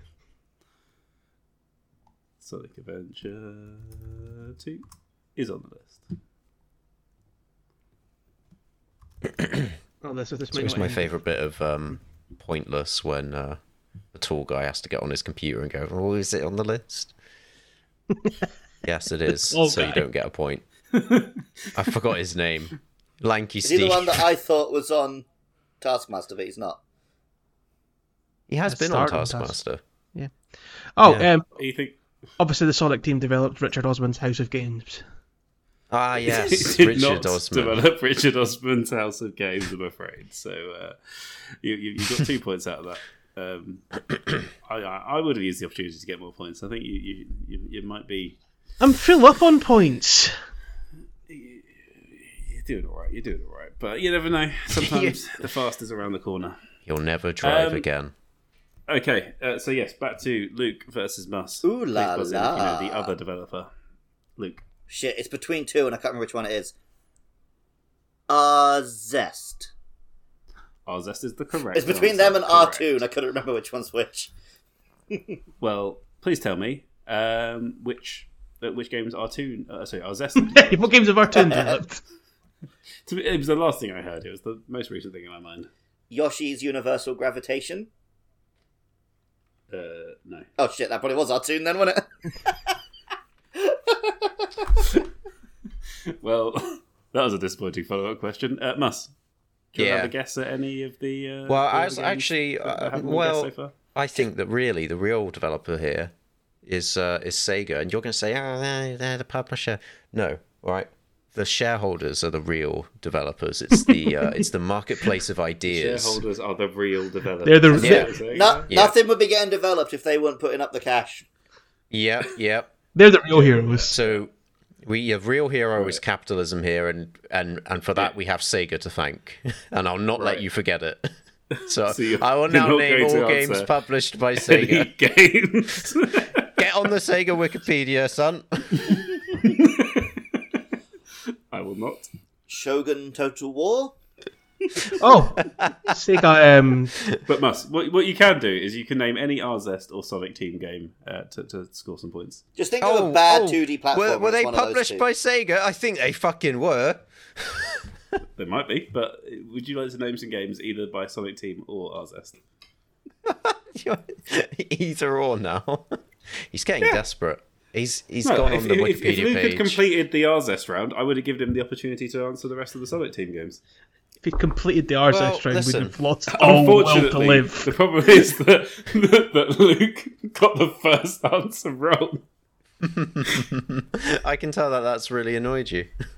S1: Sonic Adventure 2 is on the list.
S3: Oh, this is this
S4: It was
S3: might-
S4: my favorite bit of um, Pointless when uh, the tall guy has to get on his computer and go, "Oh, is it on the list?" yes, it is.
S3: tall
S4: So
S3: guy.
S4: you don't get a point. I forgot his name. Lanky
S2: Is he
S4: Steve.
S2: the one that I thought was on Taskmaster, but he's not?
S4: He has
S3: That
S4: been on
S3: starred on Task-
S4: Taskmaster.
S3: Oh,
S4: Yeah.
S3: um,
S1: You think
S3: obviously the Sonic team developed Richard Osman's House of Games.
S4: Ah, yes,
S1: did
S4: Richard
S1: not
S4: Osman.
S1: develop Richard Osman's House of Games, I'm afraid. So uh, you, you, you got two points out of that. Um, I, I I would have used the opportunity to get more points. I think you you, you, you might be
S3: I'm full up on points.
S1: you're doing all right. You're doing all right, but you never know. Sometimes the fast is around the corner.
S4: He'll never drive
S1: Um,
S4: again.
S1: Okay, uh, so yes, back to Luke versus Mus.
S2: Ooh la
S1: Luke Buzzin, if
S2: la.
S1: You know, the other developer, Luke.
S2: Shit, it's between two, and I can't remember which one it is. Uh, Zest.
S1: Our zest is the correct.
S2: It's between
S1: answer.
S2: them and
S1: Correct.
S2: R2, and I couldn't remember which one's which.
S1: Well, please tell me um, which uh, which games R two. Uh, sorry, our zest.
S3: what games have our team developed?
S1: To be- It was the last thing I heard. It was the most recent thing in my mind.
S2: Yoshi's Universal Gravitation.
S1: Uh, no.
S2: Oh shit, that probably was our tune then, wasn't it?
S1: Well, that was a disappointing follow up question. Uh, Mus, do you
S4: Yeah.
S1: have a guess at any of the? Uh,
S4: Well,
S1: the
S4: I
S1: other
S4: was
S1: games
S4: actually-
S1: that
S4: uh,
S1: haven't been
S4: well-
S1: guessed so far?
S4: I think that really the real developer here is uh, is Sega, and you're going to say, "Oh, they're, they're the publisher." No, all right. The shareholders are the real developers. It's the uh, it's the marketplace of ideas.
S1: shareholders are the real developers.
S3: They're the-
S1: That's what
S4: Yeah.
S1: I'm saying.
S2: No,
S4: Yeah.
S2: Nothing would be getting developed if they weren't putting up the cash.
S4: Yep, yep.
S3: They're the real heroes.
S4: So we have real hero is capitalism here, and and and for that we have Sega to thank, and I'll not let
S1: Right.
S4: you forget it. So,
S1: So you're-
S4: I will
S1: you're
S4: now
S1: not
S4: name
S1: going to
S4: all games
S1: answer
S4: published by Sega.
S1: Any games.
S4: Get on the Sega Wikipedia, son.
S1: I will not.
S2: Shogun Total War?
S3: Oh, Sega. Um,
S1: But Mus, what, what you can do is you can name any Zest or Sonic Team game uh, to, to score some points.
S2: Just think of a bad 2D platform.
S4: Oh, Were, were
S2: as
S4: they
S2: one of those
S4: published
S2: two.
S4: by Sega? I think they fucking were.
S1: There might be, but would you like to name some games either by Sonic Team or Zest?
S4: Either or now. He's getting desperate. He's he's
S1: No,
S4: gone
S1: if,
S4: on the
S1: if-
S4: Wikipedia
S1: if Luke
S4: page.
S1: had completed the Arzest round, I would have given him the opportunity to answer the rest of the Sonic Team games.
S3: if he'd completed the RSS
S4: Well,
S3: round, we'd
S4: listen.
S3: have lost
S4: Oh,
S3: all will to
S1: Unfortunately,
S3: live.
S1: the problem is that, that, that Luke got the first answer wrong.
S4: I can tell that that's really annoyed you.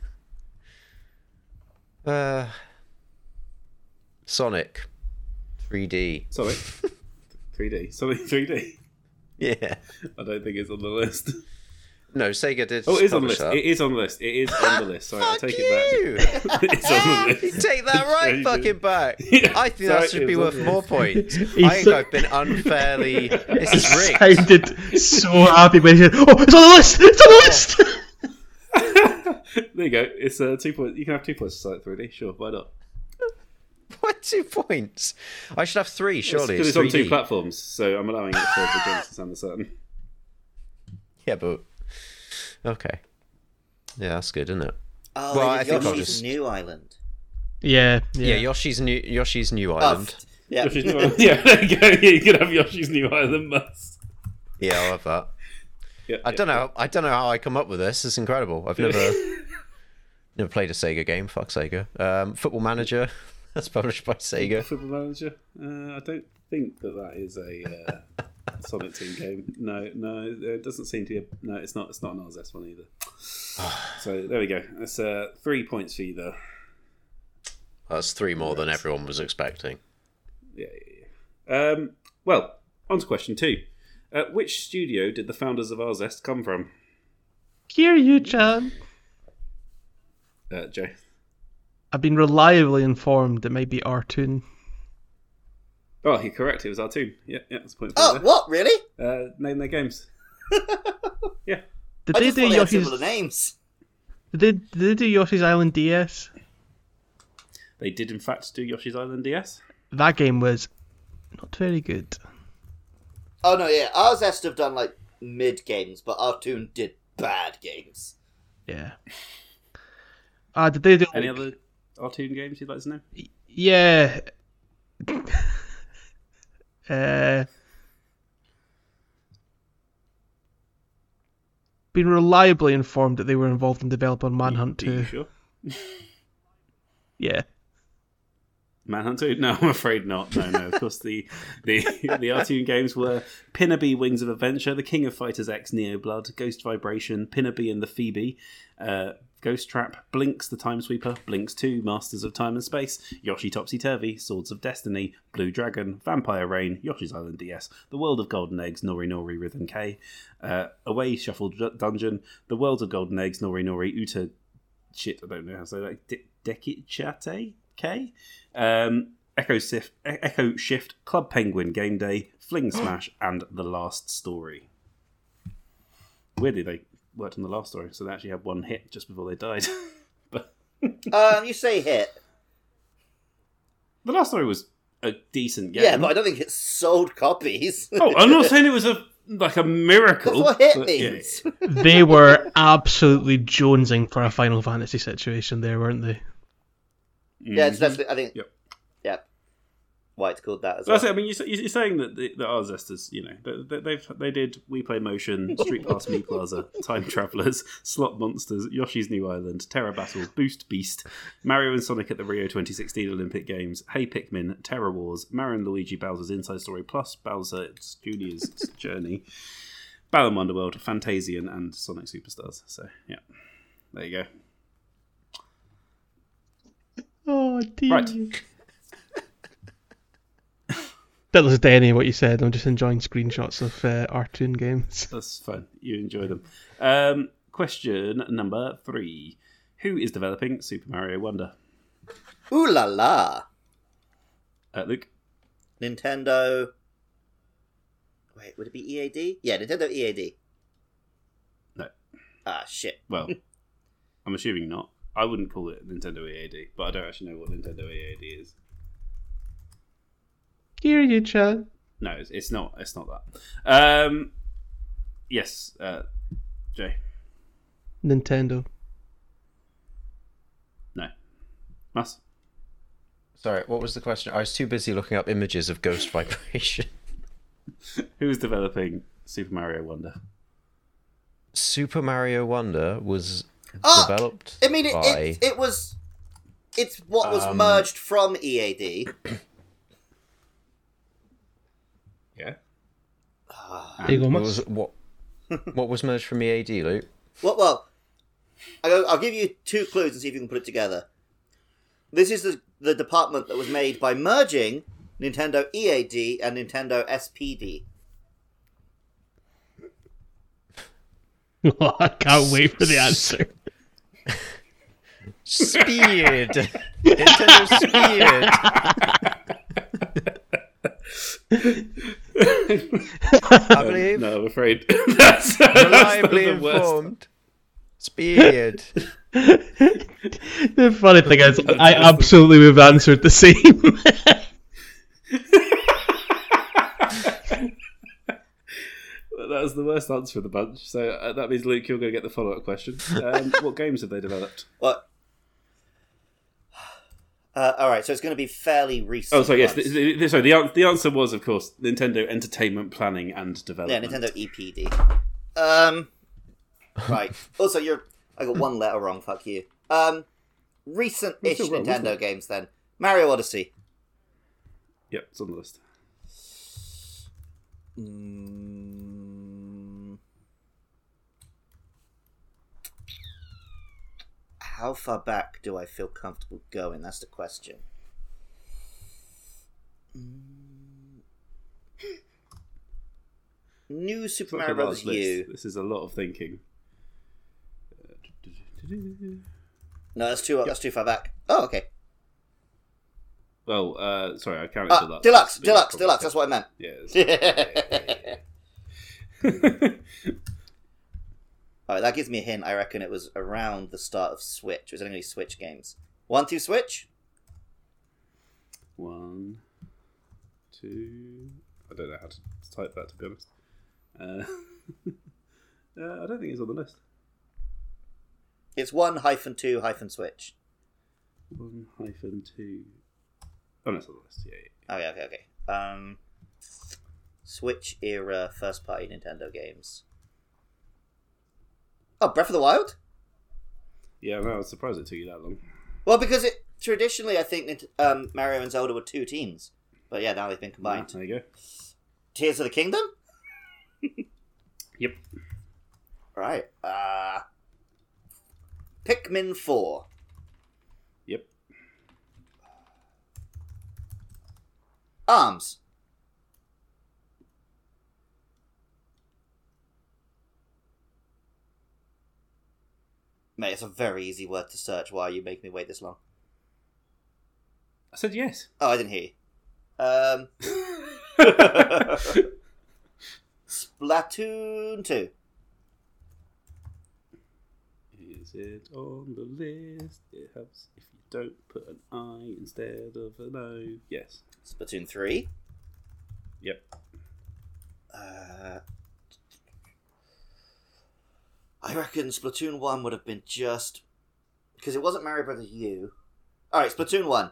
S4: Uh, Sonic, 3D.
S1: Sonic 3D. Sonic 3D.
S4: Yeah.
S1: I don't think it's on the list.
S4: No, Sega did.
S1: Oh, it is on the list.
S4: publish that.
S1: It is on the list. It is on the list. Sorry, I
S4: Fuck
S1: take it
S4: you!
S1: back. it's on the
S4: You
S1: list.
S4: Take that right
S1: Crazy.
S4: fucking back.
S1: Yeah,
S4: I think
S1: sorry,
S4: that should
S1: it
S4: be
S1: was
S4: worth
S1: on
S4: more points. I think
S3: so-
S4: I've been unfairly. This is rigged.
S3: sounded so happy when he said, "Oh, it's on the list! It's on the list!"
S1: There you go. It's uh, two points. You can have two points to Sonic 3D. Sure, why not?
S4: Why two points? I should have three, surely.
S1: Because
S4: It's
S1: it's on two
S4: 3D.
S1: platforms, so I'm allowing it for the Genesis and the Saturn.
S4: Yeah, but okay. Yeah, that's good, isn't it?
S2: Oh,
S4: Well,
S2: they
S4: I
S2: did
S4: think I'll
S2: Yoshi's
S4: just-
S2: New Island.
S3: yeah,
S4: Yeah,
S3: yeah.
S4: Yoshi's new Yoshi's New
S2: Oh,
S4: Island.
S2: f- yeah.
S1: Yoshi's New Island. Yeah, there you go. Yeah, you could have Yoshi's New Island bus.
S4: Yeah, I love that.
S1: Yeah,
S4: I don't know. I don't know how I come up with this. It's incredible. I've never never played a Sega game. Fuck Sega. Um, Football Manager. That's published by Sega.
S1: Football Manager. Uh, I don't think that that is a uh, Sonic Team game. No, no, it doesn't seem to be. A, no, it's not. It's not an RZS one either. so there we go. That's uh, three points for you there.
S4: That's three more than everyone was expecting.
S1: Yeah, yeah, yeah. Um, well, on to question two. Uh, which studio did the founders of RZest come from?
S3: Here you, Chan.
S1: Uh, Joe.
S3: I've been reliably informed it might be Artoon.
S1: Oh, you're correct. It was our team. Yeah, yeah, that's a point. For
S2: Oh,
S1: you there.
S2: what? Really?
S1: Uh, name their games. yeah.
S3: Did
S2: I
S3: they
S2: just
S3: do
S2: thought they had
S3: Yoshi's?
S2: similar names.
S3: Did they, did they do Yoshi's Island DS?
S1: They did, in fact, do Yoshi's Island DS.
S3: That game was not very good.
S2: Oh, no, yeah. Ours has to have done, like, mid games, but Artoon did bad games.
S3: Yeah. Uh, did they do
S1: Any
S3: like-
S1: other Artoon games you'd like to know?
S3: Yeah. uh, been reliably informed that they were involved in developing Manhunt
S1: Are you sure?
S3: 2. Yeah.
S1: Manhunt 2? No, I'm afraid not. No, no. Of course, the the the Artoon games were Pinnaby Wings of Adventure, The King of Fighters X Neo Blood, Ghost Vibration, Pinnaby and the Phoebe, uh, Ghost Trap, Blinks the Time Sweeper, Blinks 2, Masters of Time and Space, Yoshi Topsy Turvy, Swords of Destiny, Blue Dragon, Vampire Rain, Yoshi's Island DS, The World of Golden Eggs, Nori Nori Rhythm K, uh, Away Shuffle D- Dungeon, The World of Golden Eggs, Nori Nori Uta. Shit, I don't know how to say that. De- Deki Chate? K? Um, Echo Shift, Echo Shift, Club Penguin, Game Day, Fling Smash, and The Last Story. Weirdly, they worked on The Last Story, so they actually had one hit just before they died. but
S2: Um, you say hit.
S1: The Last Story was a decent game.
S2: Yeah, but I don't think it sold copies.
S1: oh, I'm not saying it was a like a
S2: That's
S1: miracle.
S2: what hit
S1: but, yeah.
S2: means.
S3: They were absolutely jonesing for a Final Fantasy situation there, weren't they?
S2: Yeah, it's definitely. I think.
S1: Yep.
S2: Yep. Why it's called that as
S1: That's it.
S2: well.
S1: I mean, you're, you're saying that the, the Arzesters, you know, they- they, they've they did We Play Motion, Street Pass Me Plaza, Time Travelers, Slot Monsters, Yoshi's New Island, Terra Battle, Boost Beast, Mario and Sonic at the Rio 2016 Olympic Games, Hey Pikmin, Terra Wars, Mario and Luigi Bowser's Inside Story Plus, Bowser Junior's Journey, Balan Wonderworld, Fantasian, and Sonic Superstars. So yeah, there you go.
S3: Oh, dear.
S1: Right.
S3: Don't listen to any of what you said. I'm just enjoying screenshots of uh, Artoon games.
S1: That's fine. You enjoy them. Um, question number three: Who is developing Super Mario Wonder?
S2: Ooh la la!
S1: Uh, Luke.
S2: Nintendo. Wait, would it be EAD? Yeah, Nintendo EAD.
S1: No.
S2: Ah shit.
S1: Well, I'm assuming not. I wouldn't call it Nintendo EAD, but I don't actually know what Nintendo EAD is.
S3: Here you, Chad.
S1: No, it's, it's not. It's not that. Um, yes, uh, Jay.
S3: Nintendo.
S1: No, Mas.
S4: Sorry, what was the question? I was too busy looking up images of ghost vibration.
S1: Who is developing Super Mario Wonder?
S4: Super Mario Wonder was
S2: Ah,
S4: developed
S2: I mean, it,
S4: by
S2: it, it was. It's what was
S1: Um,
S2: merged from E EAD.
S1: Yeah.
S3: There you go,
S4: what
S3: Max.
S4: was what what was merged from EAD, Luke?
S2: Well, well, I'll, I'll give you two clues and see if you can put it together. This is the, the department that was made by merging Nintendo EAD and Nintendo SPD.
S3: I can't wait for the answer.
S4: Speared. Nintendo Speared. I believe.
S1: No, I'm afraid that's, that's
S4: Reliably
S1: the worst.
S4: informed. Speared.
S3: The funny thing is, I absolutely would have answered the same.
S1: That was the worst answer of the bunch. So uh, that means Luke, you're going to get the follow-up question. Um, what games have they developed?
S2: What? Uh, all right, so it's going to be fairly recent.
S1: Oh, sorry. Yes,
S2: ones.
S1: th- th- th- sorry. The, an- the answer was, of course, Nintendo Entertainment Planning and
S2: yeah,
S1: Development.
S2: Nintendo EPD. Um, right. also, you're. I got one letter wrong. Fuck you. Um, recent-ish
S1: That's all right,
S2: Nintendo games then. Mario Odyssey.
S1: Yep, it's on the list.
S2: Mm. How far back do I feel comfortable going? That's the question. Mm. New
S1: It's
S2: Super
S1: like a
S2: Mario Bros.
S1: large list.
S2: U.
S1: This is a lot of thinking.
S2: No, that's too that's too far back. Oh, okay.
S1: Well, uh, sorry, I counted
S2: Ah,
S1: deluxe.
S2: deluxe,
S1: But yeah,
S2: deluxe,
S1: probably.
S2: deluxe. That's what I meant.
S1: Yeah.
S2: All
S1: it's-
S2: right, that gives me a hint. I reckon it was around the start of Switch. It was only Switch games. One through Switch.
S1: One, two. I don't know how to type that to be honest. Uh, Uh, I don't think it's on the list.
S2: It's one hyphen two hyphen switch.
S1: One hyphen two. Oh, no, it's on the list. Yeah, yeah.
S2: Okay, okay, okay. Um, Switch era first party Nintendo games. Oh, Breath of the Wild.
S1: Yeah, no, I was surprised it took you that long.
S2: Well, because it traditionally, I think Nint- um, Mario and Zelda were two teams, but yeah, now they've been combined.
S1: There you go.
S2: Tears of the Kingdom.
S1: Yep.
S2: Right. Uh, Pikmin Four.
S1: Yep.
S2: Arms. Mate, it's a very easy word to search. Why are you making me wait this long?
S1: I said yes.
S2: Oh, I didn't hear you. Um, Splatoon 2.
S1: Is it on the list? It helps if you don't put an I instead of an O. Yes.
S2: Splatoon 3.
S1: Yep.
S2: Uh, I reckon Splatoon 1 would have been just. Because it wasn't Mario Brothers U. Alright, Splatoon 1.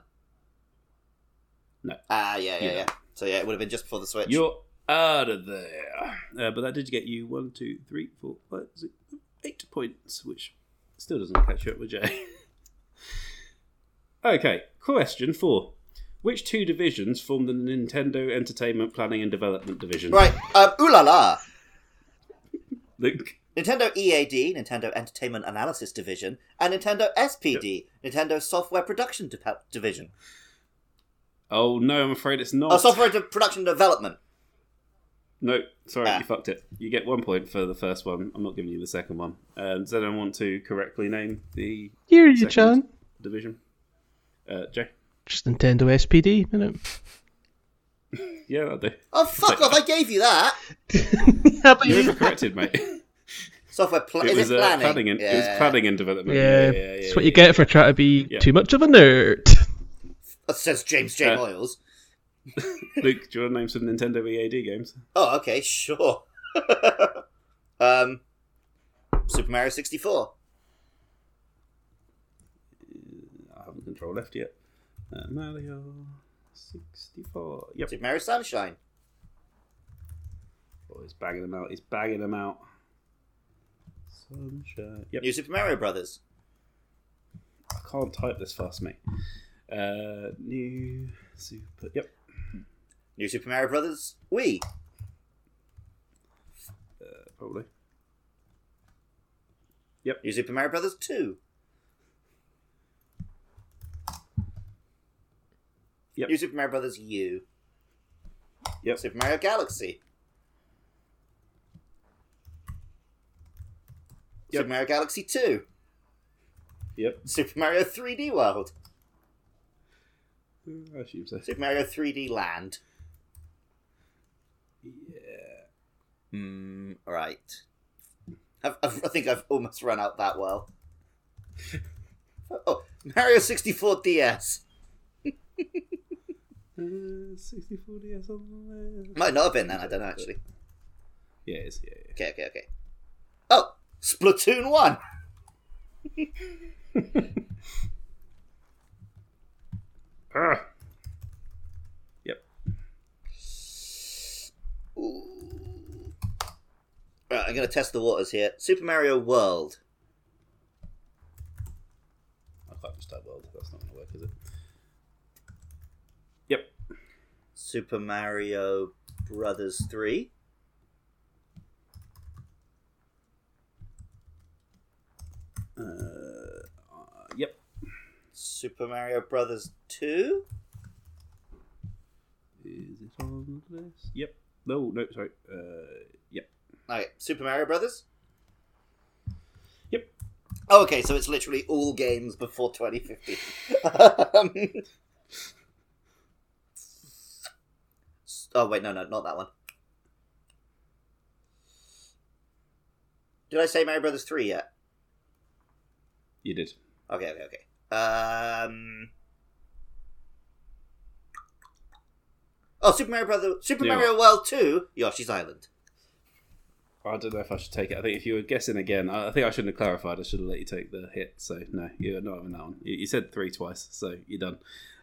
S1: No.
S2: Ah, yeah, yeah,
S1: Yeah.
S2: yeah, So, yeah, it would have been just before the Switch.
S1: You're out of there. Uh, but that did get you one, two, three, four, five, six, eight points, which still doesn't catch you up with Jay. okay, question four. Which two divisions form the Nintendo Entertainment Planning and Development Division?
S2: Right, um, ooh la la!
S1: Luke.
S2: Nintendo EAD, Nintendo Entertainment Analysis Division, and Nintendo SPD, Nintendo Software Production Depa- Division.
S1: Oh no, I'm afraid it's not.
S2: Oh, Software de- Production Development.
S1: No, sorry,
S2: Ah.
S1: you fucked it. You get one point for the first one. I'm not giving you the second one. Um, does anyone want to correctly name the
S3: Here you,
S1: Second.
S3: John.
S1: division? Uh, Jay?
S3: Just Nintendo SPD, innit?
S1: Yeah, that'll do.
S2: Oh, fuck off, I gave you that!
S3: How about
S1: You
S3: you?
S1: were corrected, mate.
S2: Software pl-
S1: it
S2: is
S1: was
S2: it
S1: uh,
S2: planning?
S1: planning and it was
S2: Yeah.
S1: planning and development.
S3: Yeah, it's what you get for trying to be
S1: Yeah.
S3: too much of a nerd.
S2: Uh, Says James J.
S1: Uh,
S2: Moyles.
S1: Luke, do you want to name some Nintendo EAD games?
S2: Oh, okay, sure. um, Super Mario 64.
S1: I haven't control left yet. Uh, Mario sixty four. Yep.
S2: Super Mario Sunshine.
S1: Oh, he's bagging them out. He's bagging them out. Sunshine. Yep.
S2: New Super Mario Brothers.
S1: I can't type this fast, mate. Uh, new super. Yep.
S2: New Super Mario Brothers Wii.
S1: Uh, Probably.
S2: New Super Mario Brothers 2.
S1: Yep.
S2: New Super Mario Brothers U.
S1: Yep.
S2: Super Mario Galaxy.
S1: Yep.
S2: Super Mario Galaxy 2.
S1: Yep.
S2: Super Mario 3D World.
S1: I assume so.
S2: Super Mario 3D Land. Yeah. Hmm. Right. I've, I've, I think I've almost run out that well. oh, Mario 64 DS.
S1: Uh, 64 DS on there.
S2: Might not have been then. I don't know actually.
S1: Yeah, it is. Yeah, yeah.
S2: Okay. Okay. Okay. Oh, Splatoon One.
S1: Ah. Yep.
S2: Ooh. Right, I'm gonna test the waters here. Super Mario World.
S1: I can't just type world. That's not going to work, is it? Yep.
S2: Super Mario Brothers 3.
S1: Uh, yep.
S2: Super Mario Brothers 2.
S1: Is it on the list? Yep. No, no, sorry. Uh, yep.
S2: Okay, Super Mario Brothers.
S1: Yep.
S2: Oh, okay, so it's literally all games before 2015. um, oh, wait, no, no, not that one. Did I say Mario Brothers 3 yet?
S1: You did.
S2: Okay, okay, okay. Um. Oh, Super Mario Brother, Super
S1: Yeah.
S2: Mario World Two, Yoshi's Island.
S1: I don't know if I should take it. I think if you were guessing again, I I think I shouldn't have clarified. I should have let you take the hit. So no, you're not having that one. You, you said three twice, so you're done.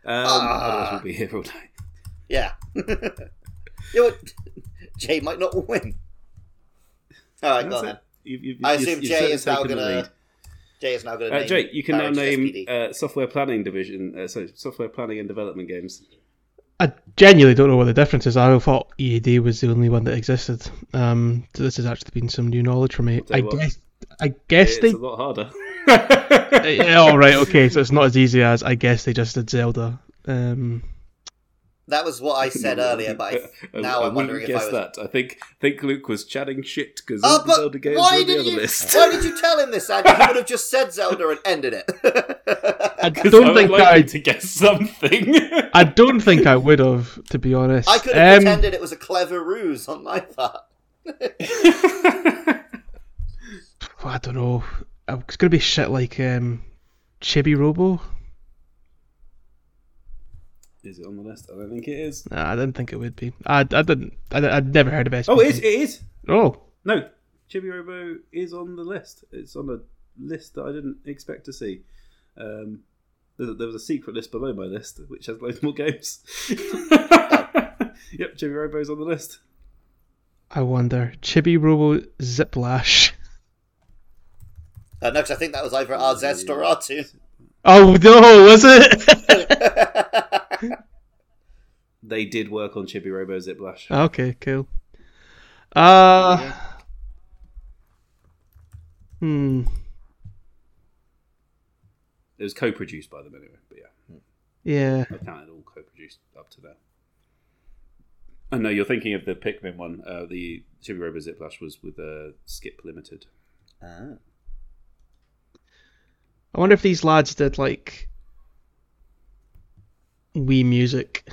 S1: Um,
S2: Ah.
S1: Otherwise, we'll be here all day.
S2: Yeah. you know what? Jay might not win. All right, go
S1: That's
S2: on.
S1: it.
S2: Then.
S1: You- you-
S2: I
S1: you-
S2: assume
S1: you've
S2: Jay
S1: certainly
S2: is now
S1: taken the lead.
S2: gonna. Jay is now gonna.
S1: Uh,
S2: name
S1: Jay, you can now
S2: Barrage
S1: name
S2: SPD.
S1: uh, software planning division. Uh, so software planning and development games.
S3: I genuinely don't know what the difference is. I thought EAD was the only one that existed. Um, so this has actually been some new knowledge for me.
S1: tell
S3: I
S1: you what.
S3: guess. I guess
S1: It's
S3: they.
S1: a lot harder.
S3: Yeah, all right. Okay. So it's not as easy as I guess they just did Zelda. Um,
S2: That was what I said earlier, but I, now I'm
S1: wouldn't
S2: wondering if I
S1: guess
S2: was.
S1: that. I think think Luke was chatting shit because
S2: Oh,
S1: all the Zelda
S2: but
S1: games
S2: why
S1: were on the
S2: did
S1: other
S2: you?
S1: list.
S2: Why did you tell him this, Andy? He would have just said Zelda and ended it.
S3: I
S1: 'Cause
S3: don't
S1: would
S3: think
S1: like
S3: I.
S1: you to guess something.
S3: I don't think I would have, to be honest.
S2: I could have
S3: Um,
S2: pretended it was a clever ruse on my part.
S3: oh, I don't know. It's gonna be shit like um, Chibi Robo.
S1: is it on the list? I don't think it is.
S3: Nah, I didn't think it would be. I, I didn't. I, I'd never heard of it.
S1: Oh, it is. It is.
S3: Oh,
S1: No, Chibi Robo is on the list. It's on a list that I didn't expect to see. Um, there, there was a secret list below my list, which has loads more games. yep, Chibi Robo's on the list.
S3: I wonder. Chibi Robo Ziplash.
S2: Uh, no, 'cause I think that was either our Zest or our two.
S3: Oh no, was it?
S1: They did work on Chibi Robo Ziplash.
S3: okay, cool. Uh hmm.
S1: It was co-produced by them anyway. But yeah,
S3: Yeah.
S1: I counted all co-produced up to now. I know you're thinking of the Pikmin one. Uh, the Chibi Robo Ziplash was with uh, Skip Limited. Ah.
S3: I wonder if these lads did like Wii music.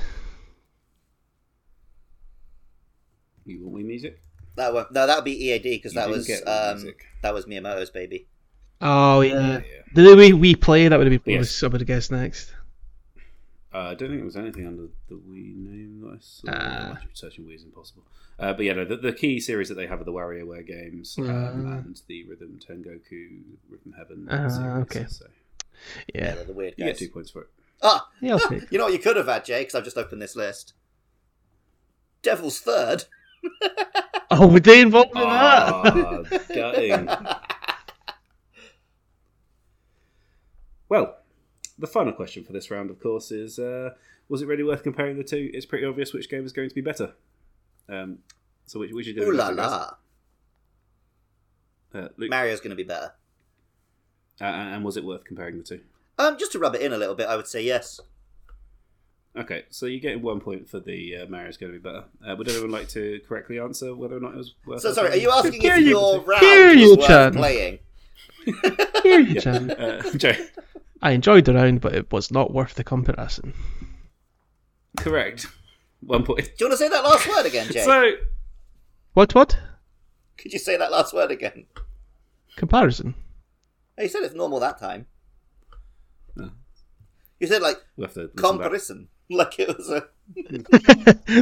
S1: You want Wii music?
S2: That won't, no, that would be E EAD because
S1: You
S2: that
S1: didn't
S2: was
S1: get the
S2: um,
S1: music.
S2: that was Miyamoto's baby.
S3: Oh yeah.
S1: yeah.
S3: Did we we play? That would have been
S1: Yes.
S3: what I would have guessed next.
S1: Uh, I don't think there was anything under the Wii name that I saw.
S3: Ah.
S1: Uh, searching Wii is impossible. Uh, but yeah, no, the, the key series that they have are the WarioWare games um,
S3: Ah.
S1: and the Rhythm Tengoku, Rhythm Heaven
S3: Ah,
S1: series.
S3: okay.
S1: So
S2: Yeah,
S3: Yeah.
S2: they're the weird
S1: you
S2: guys.
S1: get two points for it.
S2: Ah,
S3: Yeah, I'll take.
S2: you know what you could have had, Jay? Because I've just opened this list. Devil's Third.
S3: Oh, were they involved in that?
S1: Ah, gutting. Well, the final question for this round, of course, is uh, was it really worth comparing the two? It's pretty obvious which game is going to be better. Um, so which, which is going to
S2: Ooh
S1: be
S2: la
S1: better? guys?
S2: la.
S1: Uh, Luke,
S2: Mario's going to be better.
S1: uh, and and was it worth comparing the two?
S2: Um, just to rub it in a little bit, I would say yes.
S1: Okay, so you get one point for the uh, Mario's going to be better. Uh, would anyone like to correctly answer whether or not it was worth?
S2: So
S1: it? Uh,
S2: sorry, are you asking
S3: Here
S2: if
S3: you-
S2: your round
S3: here
S2: was
S3: you
S2: worth
S3: chan.
S2: playing?
S3: Here you Jan.
S1: Uh, Joe,
S3: I enjoyed the round, but it was not worth the comparison.
S1: correct. One point.
S2: Do you want to say that last word again, Jay?
S1: So
S3: What? What?
S2: Could you say that last word again?
S3: Comparison.
S2: Hey, You said it's normal that time.
S1: No.
S2: You said like
S1: we'll have to listen back.
S2: comparison, like it was a.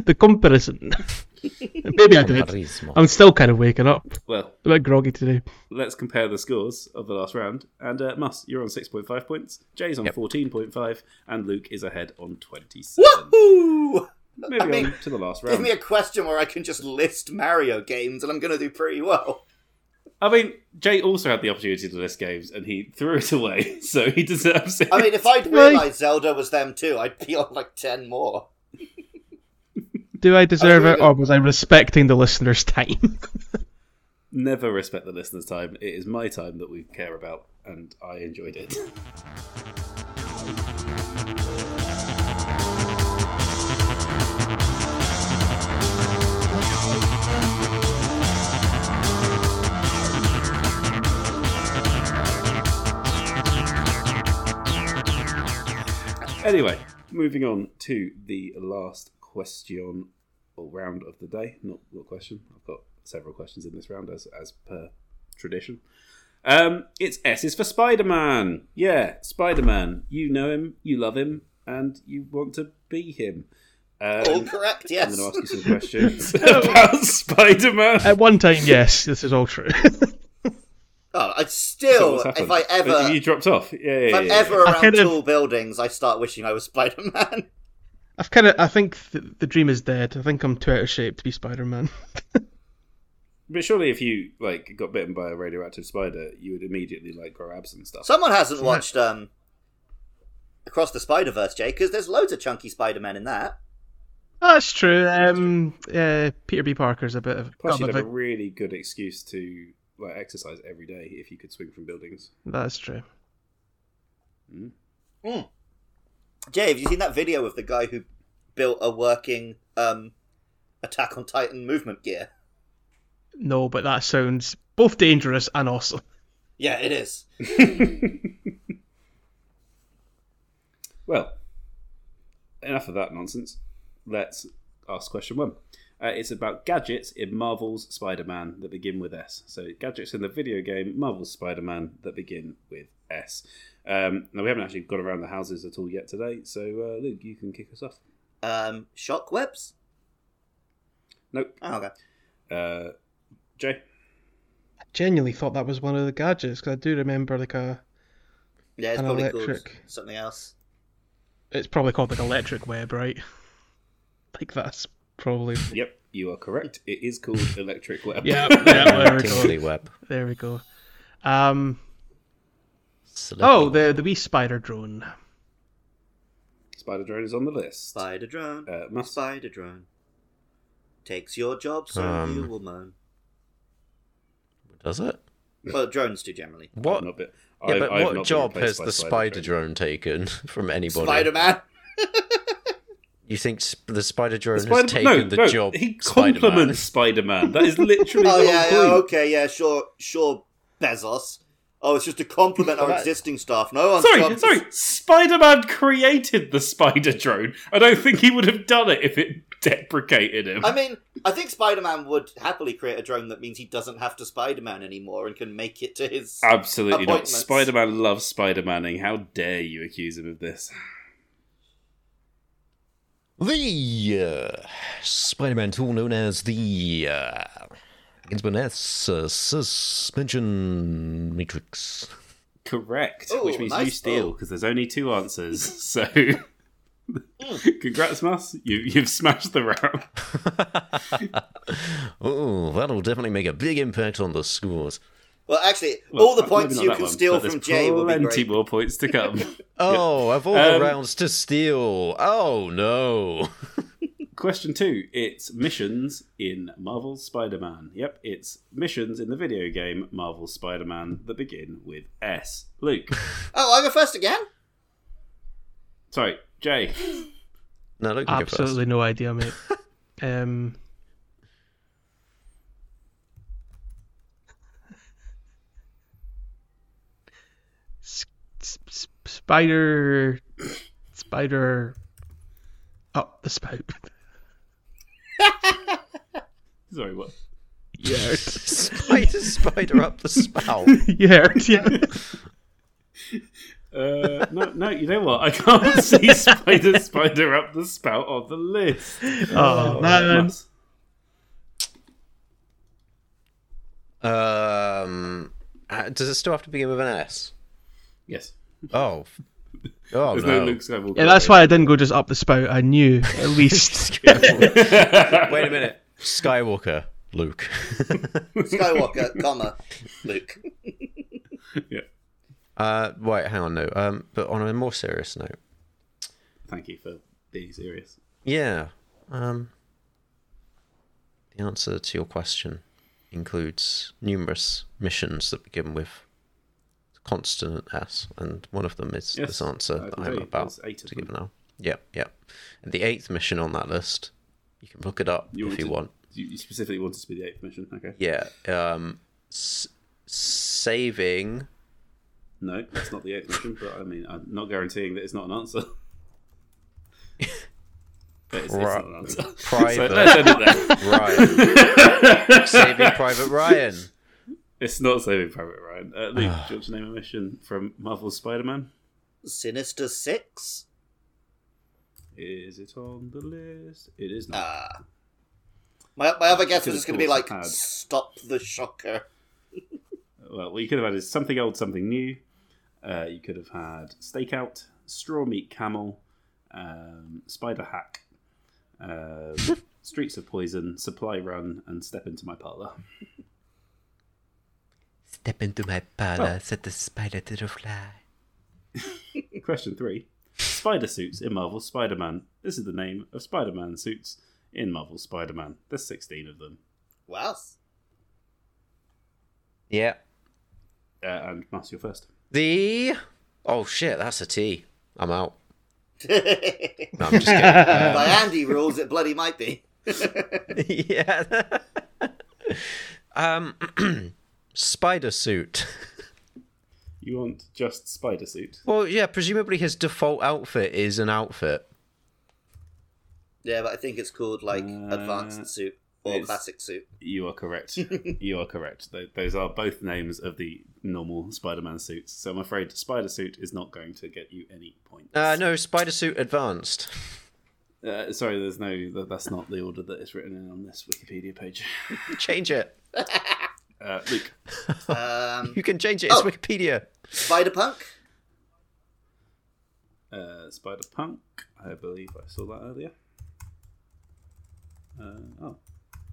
S3: the comparison. Maybe I did. I'm still kind of waking up.
S1: Well,
S3: A bit groggy today.
S1: let's compare the scores of the last round. And uh, Mus, you're on six point five points. Jay's on
S4: Yep.
S1: fourteen point five, and Luke is ahead on twenty seven.
S2: Woohoo!
S1: Moving
S2: I mean,
S1: on to the last
S2: Give
S1: round.
S2: me a question where I can just list Mario games, and I'm going to do pretty well.
S1: I mean, Jay also had the opportunity to list games, and he threw it away. So he deserves it.
S2: I mean, if I'd
S3: Right.
S2: realised Zelda was them too, I'd be on like ten more.
S3: Do I deserve
S2: Okay,
S3: it, or was I respecting the listener's time?
S1: never respect the listener's time. It is my time that we care about, and I enjoyed it. anyway, moving on to the last question or round of the day. Not not question. I've got several questions in this round as as per tradition. Um, it's S is for Spider Man. Yeah, Spider Man. You know him, you love him, and you want to be him. Um,
S2: All correct,
S1: I'm
S2: yes.
S1: going to ask you some questions about Spider Man.
S3: At one time, yes, this is all true.
S2: Oh, I'd still, if I ever,
S1: you
S2: if
S1: dropped off, yeah, yeah,
S2: I'm
S1: yeah,
S2: ever
S1: yeah.
S3: I
S2: around
S3: kind of-
S2: tall buildings, I start wishing I was Spider Man.
S3: I've kind of, I think th- the dream is dead. I think I'm too out of shape to be Spider-Man.
S1: But surely, if you like got bitten by a radioactive spider, you would immediately like grow abs and stuff.
S2: Someone hasn't watched um, Across the Spider Verse, Jay, because there's loads of chunky Spider Man in that.
S3: That's true. Um, uh, Peter B. Parker's a bit of.
S1: Plus,
S3: got a
S1: you'd
S3: bit
S1: have a
S3: of-
S1: really good excuse to like exercise every day if you could swing from buildings.
S3: That's true.
S2: Jay, have you seen that video of the guy who built a working um, Attack on Titan movement gear?
S3: No, but that sounds both dangerous and awesome.
S2: Yeah, it is.
S1: Well, enough of that nonsense. Let's ask question one. Uh, it's about gadgets in Marvel's Spider Man that begin with S. So, gadgets in the video game Marvel's Spider Man that begin with S. Um, now, we haven't actually got around the houses at all yet today, so uh, Luke, you can kick us off.
S2: Um, shockwebs?
S1: Nope.
S2: Oh, okay.
S1: Uh, Jay?
S3: I genuinely thought that was one of the gadgets because I do remember like a.
S2: Yeah, it's
S3: An
S2: probably called
S3: electric-
S2: something else.
S3: It's probably called like electric web, right? Like that's probably.
S1: Yep, you are correct. It is called Electric Web.
S3: Yeah, yeah, there we
S4: Kingsley
S3: go.
S4: Web.
S3: There we go. Um.
S4: Slippery.
S3: Oh, the the wee spider drone.
S1: Spider Drone is on the list.
S2: Spider drone.
S1: Uh, must
S2: Spider drone. Takes your job, so
S4: Um,
S2: you will moan.
S4: does it?
S2: Well, drones do generally.
S4: What?
S1: not been,
S4: yeah,
S1: I've-
S4: but
S1: I've not been
S4: what job
S1: replaced
S4: has
S1: by
S4: the spider drone taken from anybody?
S2: Spider Man.
S4: You think sp- the spider drone
S1: Spider-
S4: has taken
S1: no,
S4: the
S1: no,
S4: job?
S1: He
S4: Spider-Man?
S1: compliments Spider Man. That is literally
S2: Oh
S1: the
S2: yeah,
S1: whole
S2: yeah,
S1: point.
S2: okay, yeah, sure, sure, Bezos. Oh, it's just to compliment our
S4: Right.
S2: existing staff. No one.
S1: Sorry, sorry. Spider Man created the spider drone. I don't think he would have done it if it deprecated him.
S2: I mean, I think Spider-Man would happily create a drone that means he doesn't have to Spider-Man anymore and can make it to his.
S1: Uh, Absolutely not.
S2: Appointments.
S1: Spider Man loves Spider Manning. How dare you accuse him of this?
S4: The uh, Spider-Man tool known as the uh, begins with an S, uh, suspension matrix.
S1: Correct.
S2: Ooh,
S1: which means you
S2: nice.
S1: steal
S2: Oh.
S1: because there's only two answers. So,
S2: Hmm.
S1: congrats, Mas. You, you've smashed the round.
S4: Oh, that'll definitely make a big impact on the scores.
S2: Well, actually,
S1: Well,
S2: all the
S1: maybe
S2: points
S1: not
S2: you
S1: that
S2: can
S1: one,
S2: steal
S1: but there's
S2: from Jay will be
S1: plenty
S2: great.
S1: more points to come.
S4: Oh, I've all
S1: Um,
S4: the rounds to steal. Oh no.
S1: Question two: It's missions in Marvel's Spider-Man. Yep, it's missions in the video game Marvel's Spider-Man that begin with S. Luke,
S2: Oh, I go first again.
S1: sorry, Jay.
S4: No, look,
S3: Absolutely no idea, mate. um. S- s- s- Spider, spider, up the spout.
S1: Sorry, what?
S3: You heard.
S4: Spider, spider up the spout.
S3: You heard. Yeah.
S1: Uh, no, no. You know what? I can't see Spider Spider up the spout on the list.
S3: Oh, man.
S1: Mas,
S4: Um, uh, does it still have to begin with an S?
S1: Yes.
S4: Oh, oh
S1: There's
S4: no.
S1: no, Luke Skywalker.
S3: Yeah, that's why I didn't go just up the spout. I knew at least.
S4: Wait a minute, Skywalker, Luke.
S2: Skywalker, comma, Luke.
S1: Yeah.
S4: uh, wait, hang on, no. Um, but on a more serious note,
S1: Thank you for being serious.
S4: yeah. Um, the answer to your question includes numerous missions that begin with consonant S, and one of them is
S1: Yes,
S4: this answer
S1: I
S4: that
S1: can
S4: I'm
S1: tell you,
S4: about
S1: there's eight of
S4: to give
S1: them.
S4: now. Yep, yep. And the eighth mission on that list, you can look it up
S1: You
S4: if
S1: wanted-
S4: you want.
S1: You you specifically wanted to be the eighth mission. Okay.
S4: Yeah. Um, s- saving.
S1: No, that's not the eighth mission. But I mean, I'm not guaranteeing that it's not an answer. But it's, it's not an answer. So, let's
S4: Private
S1: end it there.
S4: Ryan. saving Private Ryan.
S1: It's not Saving Private Ryan. Uh, Luke, do you want to name a mission from Marvel's Spider-Man?
S2: Sinister Six.
S1: Is it on the list? It is not.
S2: Ah. My, my other guess was
S1: Could've
S2: just going to be
S1: thought
S2: like,
S1: it had.
S2: stop the shocker.
S1: Well, what you could have had is something old, something new. Uh, you could have had stakeout, straw meat camel, um, spider hack, um, streets of poison, supply run, and step into my parlor.
S4: Step into my parlor,
S1: Oh.
S4: set the spider to the fly.
S1: Question three: Spider suits in Marvel's Spider-Man. This is the name of Spider-Man suits in Marvel's Spider-Man. There's 16 of them,
S2: Wow.
S4: Yeah.
S1: uh, and Mas, you're first.
S4: The. Oh shit, that's a T. I'm out.
S2: By
S4: No, I'm just kidding. Uh,
S2: Andy rules, it bloody might be.
S4: yeah. um, spider suit.
S1: You want just spider suit?
S4: Well, yeah. Presumably, his default outfit is an outfit.
S2: Yeah, but I think it's called like
S1: Uh,
S2: advanced soup or
S1: it's-
S2: classic soup.
S1: You are correct. you are correct. Tho- Those are both names of the normal Spider-Man suits. So I'm afraid Spider Suit is not going to get you any points.
S4: Uh, no, spider suit advanced.
S1: Uh, sorry, there's no. th- That's not the order that is written in on this Wikipedia page.
S4: Change it.
S1: Uh, Luke,
S2: Um,
S4: You can change it. It's
S2: Oh.
S4: Wikipedia.
S2: Spider Punk?
S1: uh, Spider Punk. I believe I saw that earlier. Uh, oh,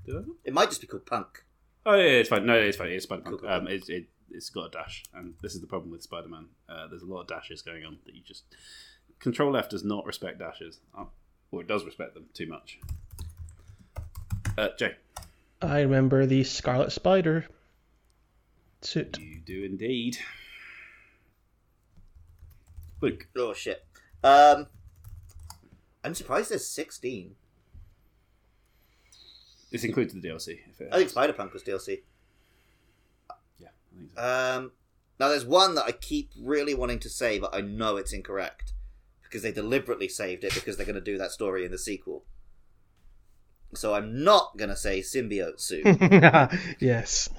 S1: did I? not?
S2: It might just be called Punk.
S1: Oh yeah, it's fine. No, it's fine. It's Spider Punk.
S2: Cool, cool,
S1: Um, it, it it's got a dash, and this is the problem with Spider Man. Uh, there's a lot of dashes going on that you just Control F does not respect dashes, oh, or it does respect them too much. Uh, Jay,
S3: I remember the Scarlet Spider suit.
S1: you do indeed. Luke,
S2: Oh shit. Um, I'm surprised there's 16.
S1: this includes the DLC. If it
S2: I think Spider Punk was DLC.
S1: yeah, I think so.
S2: Um, now there's one that I keep really wanting to say, but I know it's incorrect because they deliberately saved it because they're going to do that story in the sequel. So I'm not going to say symbiote suit.
S3: yes.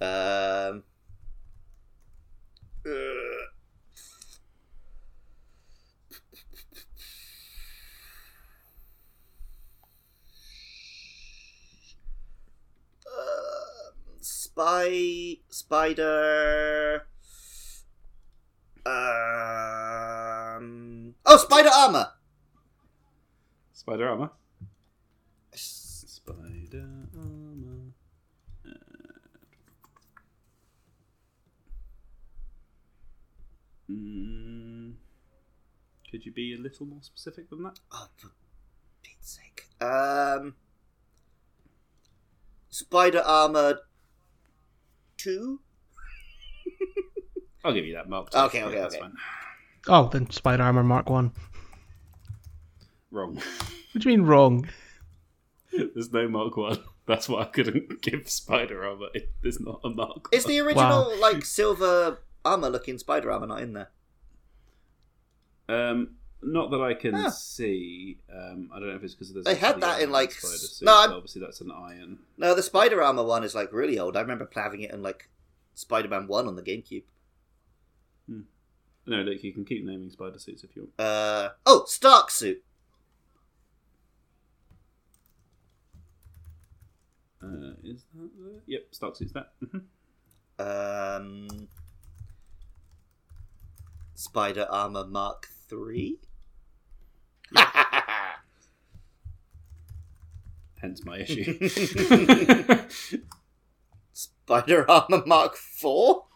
S2: um, uh, spy spider um oh spider armor
S1: Spider armor. Spider armor. Uh, mm, could you be a little more specific than that?
S2: oh for Pete's sake um spider armor 2
S1: I'll give you that mark.
S2: Okay, okay, okay.
S3: Oh, then Spider Armor Mark One.
S1: Wrong.
S3: What do you mean wrong?
S1: There's no mark one. That's why I couldn't give spider armor. It, there's not a mark.
S2: It's the original like silver armor looking spider armor not in there.
S1: Um, not that I can
S2: Ah.
S1: see. Um, I don't know if it's because there's.
S2: They had
S1: actually
S2: that in,
S1: a
S2: like,
S1: spider
S2: s-
S1: suit,
S2: no, I'm-
S1: but obviously that's an iron.
S2: No, the spider armor one is like really old. I remember having it in like Spider Man One on the GameCube.
S1: No, look, you can keep naming spider suits if you want.
S2: Uh oh, Stark suit.
S1: Uh, is that there? Yep, Stark suits that. Mhm.
S2: Um, spider armor Mark Three.
S1: Hence my issue.
S2: spider armor Mark Four.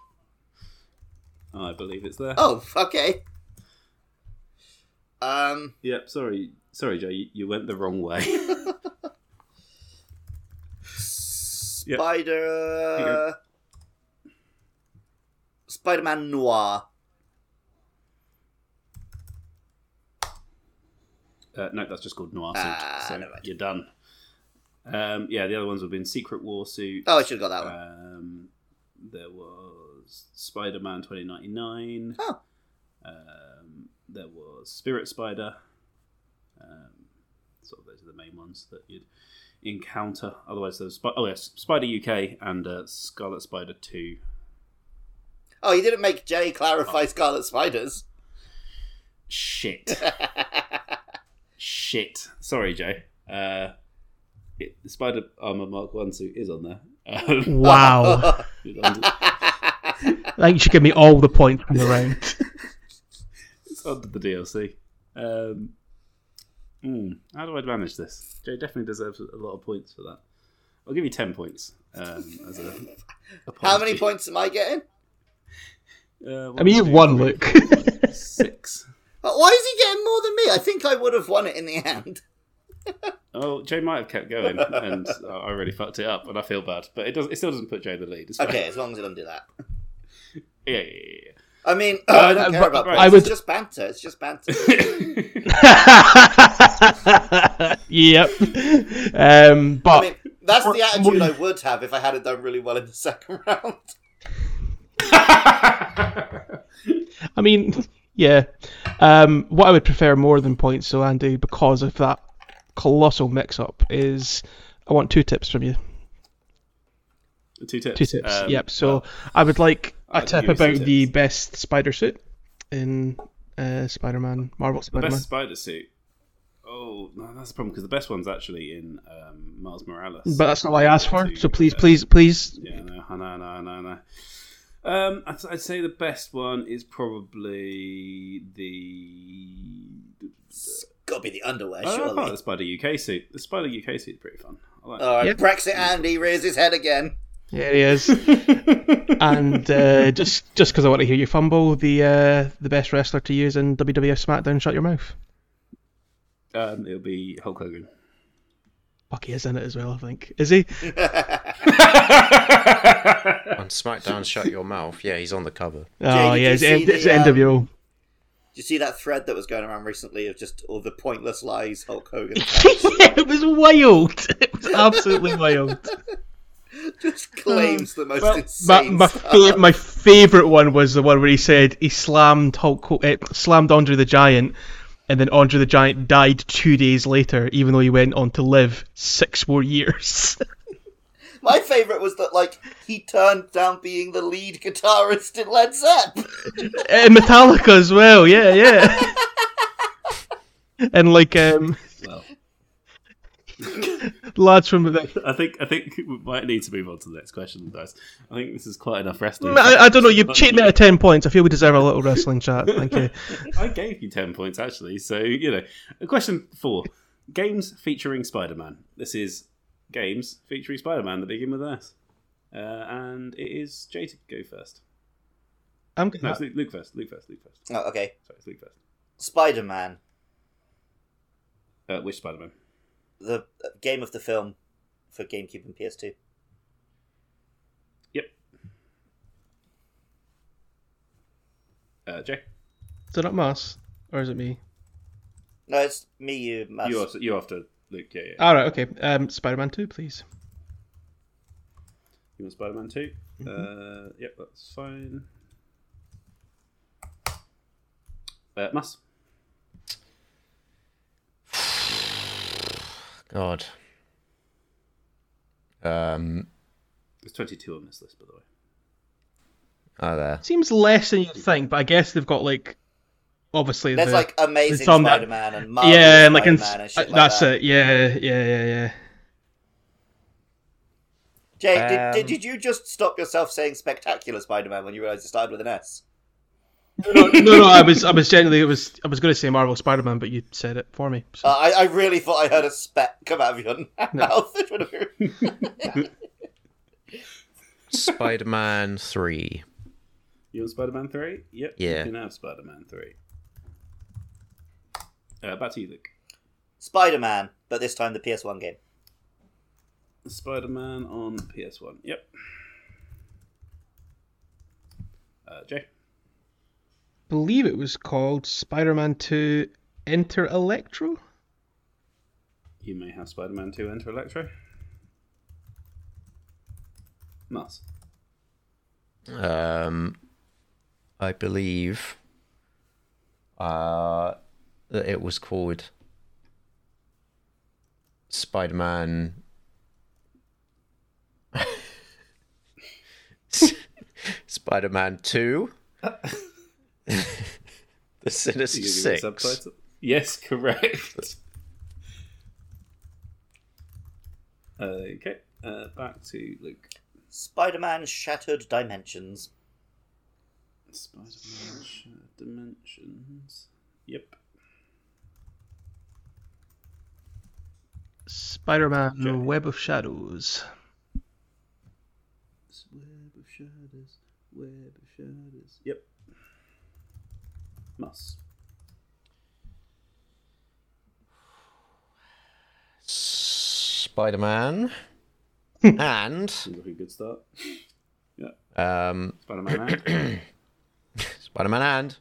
S1: I believe it's there.
S2: Oh, okay. Um,
S1: Yep, sorry. Sorry, Joe, you, you went the wrong way. Yep.
S2: Spider. uh, Spider Man Noir.
S1: Uh, no, that's just called Noir Suit.
S2: Ah,
S1: so
S2: never mind.
S1: you're done. Um, yeah, the other ones have been Secret War Suit.
S2: Oh, I should have got that
S3: Uh.
S2: one.
S1: Um, there was Spider Man 2099.
S2: Oh.
S1: Um, there was Spirit Spider. Um, sort of those are the main ones that you'd encounter. Otherwise, there was Sp- oh yes, Spider UK and uh, Scarlet Spider 2.
S3: Oh.
S2: Oh, you didn't make Jay clarify Scarlet Spiders.
S1: Shit. Shit. Sorry, Joe. Uh, it, the Spider Armor Mark 1 suit is on there. Um,
S3: Wow.
S1: it's on-
S3: I think you should give me all the points from the round.
S1: It's under the DLC. Um, hmm, how do I manage this? Joe definitely deserves a lot of points for that. I'll give you ten points. Um, as a,
S2: How many points am I getting?
S1: Uh,
S3: I mean, you've
S1: two,
S3: won,
S1: three,
S3: Luke.
S1: Six.
S2: Uh, Why is he getting more than me? I think I would have won it in the end.
S1: Oh, Joe might have kept going, and I I really fucked it up, and I feel bad. But it does. It still doesn't put Joe in the lead. It's fine.
S2: Okay, as long as I don't do that.
S1: Yeah, yeah,
S2: I mean,
S3: Uh,
S2: I don't
S3: no,
S2: care
S3: but-
S2: about
S1: right.
S2: points.
S1: I
S3: would-
S2: It's just banter. It's just banter.
S1: yeah, yeah.
S3: yep. Um,
S2: I
S3: but
S2: mean, that's the
S3: What-
S2: attitude I
S3: what-
S2: would have if I hadn't done really well in the second round.
S3: I mean, yeah. Um, what I would prefer more than points, though, Andy, because of that colossal mix-up, is I want two tips from you.
S1: two tips.
S3: Two tips.
S1: Um,
S3: yep. So I would like a
S1: I'll
S3: tip
S1: give you some
S3: about the
S1: tips.
S3: best spider suit in uh, Spider-Man, Marvel
S1: The
S3: Spider-Man.
S1: best spider suit. Oh no, that's the problem because the best one's actually in um, Miles Morales.
S3: But that's not what I asked for.
S1: Two,
S3: So please,
S1: uh,
S3: please, please.
S1: Yeah, no, I know, I know, I know, I know. Um, I'd, I'd say the best one is probably the.
S2: Got to be the underwear,
S1: Oh, I like
S2: surely.
S1: the Spider UK suit. The Spider UK suit is pretty fun. I like
S2: All right,
S3: Yep.
S2: Brexit Andy rears his head again.
S3: There he is. and uh, just just because I want to hear you fumble, the uh, the best wrestler to use in WWF SmackDown, shut your mouth.
S1: Um, it'll be Hulk Hogan.
S3: Fuck, he is in it as well. I think is he?
S4: On SmackDown, shut your mouth. Yeah, he's on the cover.
S2: did
S3: Oh yeah,
S2: you
S3: it's,
S2: see
S3: it's
S2: the, um,
S3: NWO.
S2: Did you see that thread that was going around recently of just all the pointless lies Hulk Hogan
S3: it was wild. It was absolutely wild.
S2: just claims the most
S3: My,
S2: insane
S3: my,
S2: stuff?
S3: fa- my favorite one was the one where he said he slammed Hulk, Ho- eh, slammed Andre the Giant, and then Andre the Giant died two days later, even though he went on to live six more years.
S2: My favorite was that like he turned down being the lead guitarist in Led Zepp.
S3: and Uh, Metallica as well. Yeah, yeah. and like um,
S1: well,
S3: lads from the.
S1: I think I think we might need to move on to the next question, guys. I think this is quite enough wrestling.
S3: I, I don't know. You've cheated me out of ten points. I feel we deserve a little wrestling chat. Thank you.
S1: I gave you 10 points, actually. So, you know. Question four Games featuring Spider Man. This is games featuring Spider Man that begin with S. Uh, and it is Jay to go first.
S3: I'm
S1: No,
S3: gonna.
S1: it's Luke, Luke first. Luke first. Luke first.
S2: Oh, okay,
S1: Sorry, it's Luke first.
S2: Spider Man,
S1: Uh, which Spider Man?
S2: the uh, game of the film for GameCube and PS2.
S1: Yep. Uh, Jay?
S3: Is it not Mass or is it me?
S2: No, it's me, you, Mass.
S1: You after, you after Luke. Yeah, yeah.
S3: All right. Okay. Um, Spider-Man Two, please.
S1: You want Spider Man 2? Uh, yep, that's fine. Uh, Mas?
S4: God. Um.
S1: There's 22 on this list, by the way.
S4: Oh, there.
S3: Seems less than you would think, but I guess they've got like, obviously
S2: There's
S3: the-
S2: like amazing
S3: it's on that-
S2: Spider Man and Marvel
S3: yeah, and like
S2: Spider
S3: in,
S2: Man and shit like
S3: uh, that's
S2: that.
S3: it. Yeah, yeah, yeah, yeah.
S2: Jay,
S4: Um,
S2: did, did you just stop yourself saying spectacular Spider Man when you realised it started with an S?
S3: no, no, I was, I was genuinely, it was, I was going to say Marvel Spider-Man, but you said it for me. So.
S2: Uh, I, I really thought I heard a speck come out of your mouth. It would have been-
S4: Spider Man 3.
S1: You want Spider Man 3? Yep.
S4: Yeah.
S1: You can have Spider Man 3. Uh, back to you, Luke.
S2: Spider Man, but this time the PS1 game.
S1: Spider Man on PS1. Yep. Uh, Jay?
S3: believe it was called Spider-Man 2 Enter Electro.
S1: You may have Spider Man 2 enter Electro. Mas?
S4: Um, I believe uh, that it was called Spider Man. Spider Man 2. The Sinister
S1: You give me a
S4: Six.
S1: subtitle? Yes, correct. okay, uh, back to Luke.
S2: Spider Man Shattered Dimensions.
S1: Spider-Man shared dimensions. Yep.
S3: Spider-Man:
S1: Okay.
S3: Web of Shadows.
S1: It's web of shadows. Web of shadows. Yep. Must.
S4: Spider Man. and
S1: Seems like a good start.
S4: um,
S1: Spider-Man. and-
S4: Spider Man and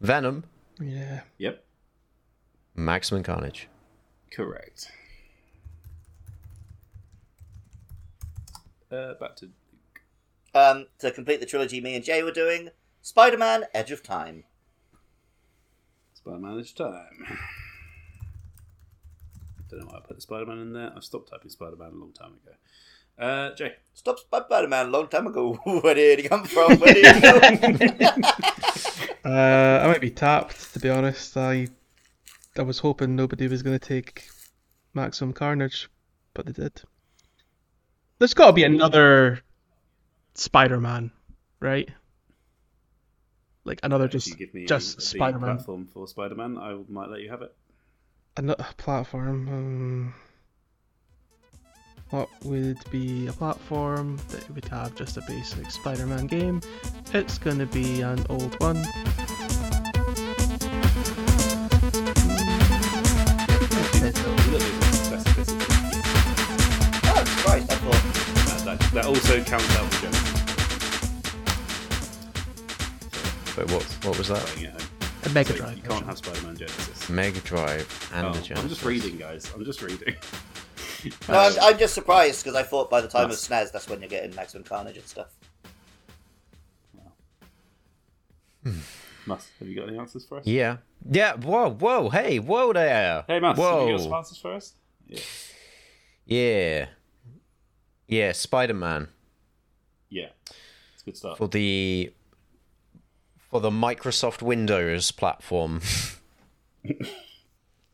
S4: Venom,
S3: Yeah.
S1: yep.
S4: Maximum Carnage.
S1: Correct. Uh, back to Luke.
S2: Um, to complete the trilogy me and Jay were doing, Spider Man Edge of Time.
S1: Spider-Man is time. Don't know why I put the Spider-Man in there. I've stopped typing Spider-Man a long time ago. Uh, Jay.
S2: Stop Spider Man a long time ago. Where did he come from? Where did he go?
S3: Uh, I might be tapped to be honest. I I was hoping nobody was going to take Maximum Carnage, but they did. There's got to be another Spider-Man, right? Like another
S1: if
S3: just
S1: you give me
S3: just
S1: the
S3: Spider-Man,
S1: platform for Spider-Man, I might let you have it.
S3: another platform. Um, what would be a platform that would have just a basic Spider-Man game? It's going to be an old one.
S1: A little bit of specificity.
S2: oh, Christ, I thought.
S1: That, that, that also counts out the joke.
S4: But what what was that?
S1: Playing at home.
S3: A Mega
S1: So
S3: Drive.
S1: you
S3: version.
S1: can't have Spider-Man Genesis.
S4: Mega Drive Mm, and
S1: Oh,
S4: the Genesis.
S1: I'm just reading, guys. I'm just reading. Uh,
S2: No, I'm, I'm just surprised because I thought by the time
S1: Nice.
S2: of SNES, that's when you're getting Maximum Carnage and stuff.
S1: Mus, have you got any answers for us?
S4: Yeah. Yeah. Whoa. Whoa. Hey. Whoa there.
S1: Hey, Mus, have you got some
S4: Whoa.
S1: answers for us? Yeah.
S4: Yeah. Yeah. Spider Man
S1: Yeah. It's a good start.
S4: for the for the Microsoft Windows platform.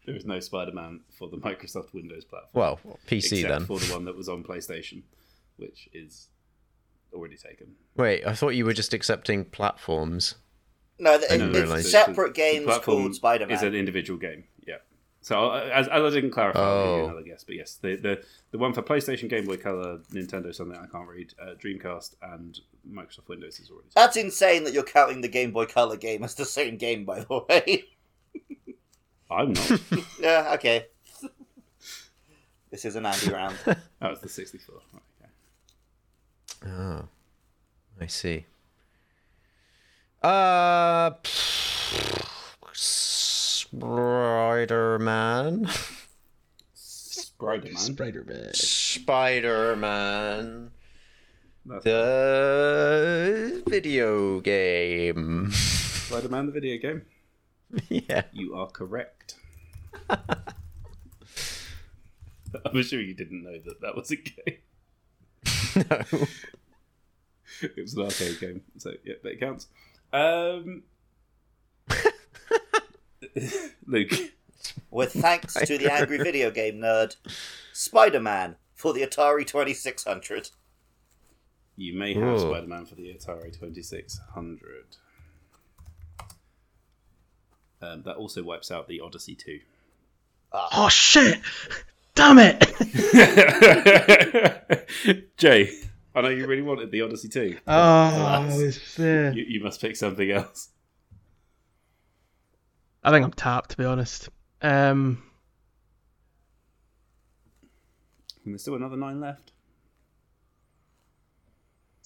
S1: There is no Spider-Man for the Microsoft Windows platform.
S4: Well, PC
S1: except
S4: then.
S1: for the one that was on PlayStation, which is already taken.
S4: Wait, I thought you were just accepting platforms.
S2: No, the,
S4: I didn't
S2: it's
S4: realise.
S1: The-
S2: separate
S1: the
S2: games
S1: platform
S2: called Spider
S1: Is an
S2: Man.
S1: individual game. Yeah. So uh, as, as I didn't clarify, I'll give you
S4: Oh.
S1: another guess. But yes, the, the the one for PlayStation, Game Boy Color, Nintendo, something I can't read, uh, Dreamcast, and Microsoft Windows is already. Taken.
S2: That's insane that you're counting the Game Boy Color game as the same game, by the way.
S1: I'm not.
S2: yeah, okay. this is an Andy round.
S1: that was the 64. Right, okay.
S4: Oh, I see. Uh, Spider Man.
S1: Spider Man.
S3: Spider-Man.
S4: Spider Man.
S1: That's
S4: The video game.
S1: Spider Man, the video game.
S4: yeah.
S1: You are correct. I'm sure you didn't know that that was a game.
S4: No.
S1: It was an arcade game, so yeah, that counts. Um, Luke,
S2: With thanks to the angry video game nerd, Spider Man for the Atari 2600.
S1: you may have
S4: Ooh.
S1: Spider Man for the Atari 2600. Um, that also wipes out the Odyssey 2.
S3: Oh shit! Damn it!
S1: Jay, I know you really wanted the Odyssey 2.
S3: Oh, it's, uh,
S1: You, you must pick something else.
S3: I think I'm tapped to be honest. Um,
S1: And there's still another nine left.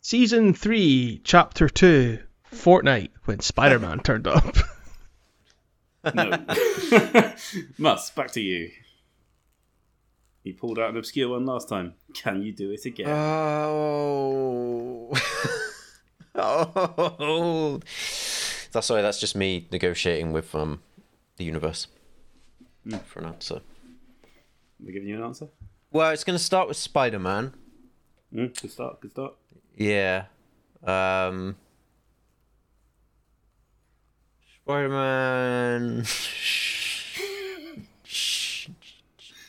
S3: season three, chapter two, Fortnite when Spider-Man turned up.
S1: No. Mus, back to you. You pulled out an obscure one last time. Can you do it again?
S4: Oh. oh. That's sorry. That's just me negotiating with um, the universe for an answer.
S1: Am I giving you an answer?
S4: Well, it's going to start with Spider Man.
S1: Mm, good start, good start.
S4: Yeah. Um. Spider-Man.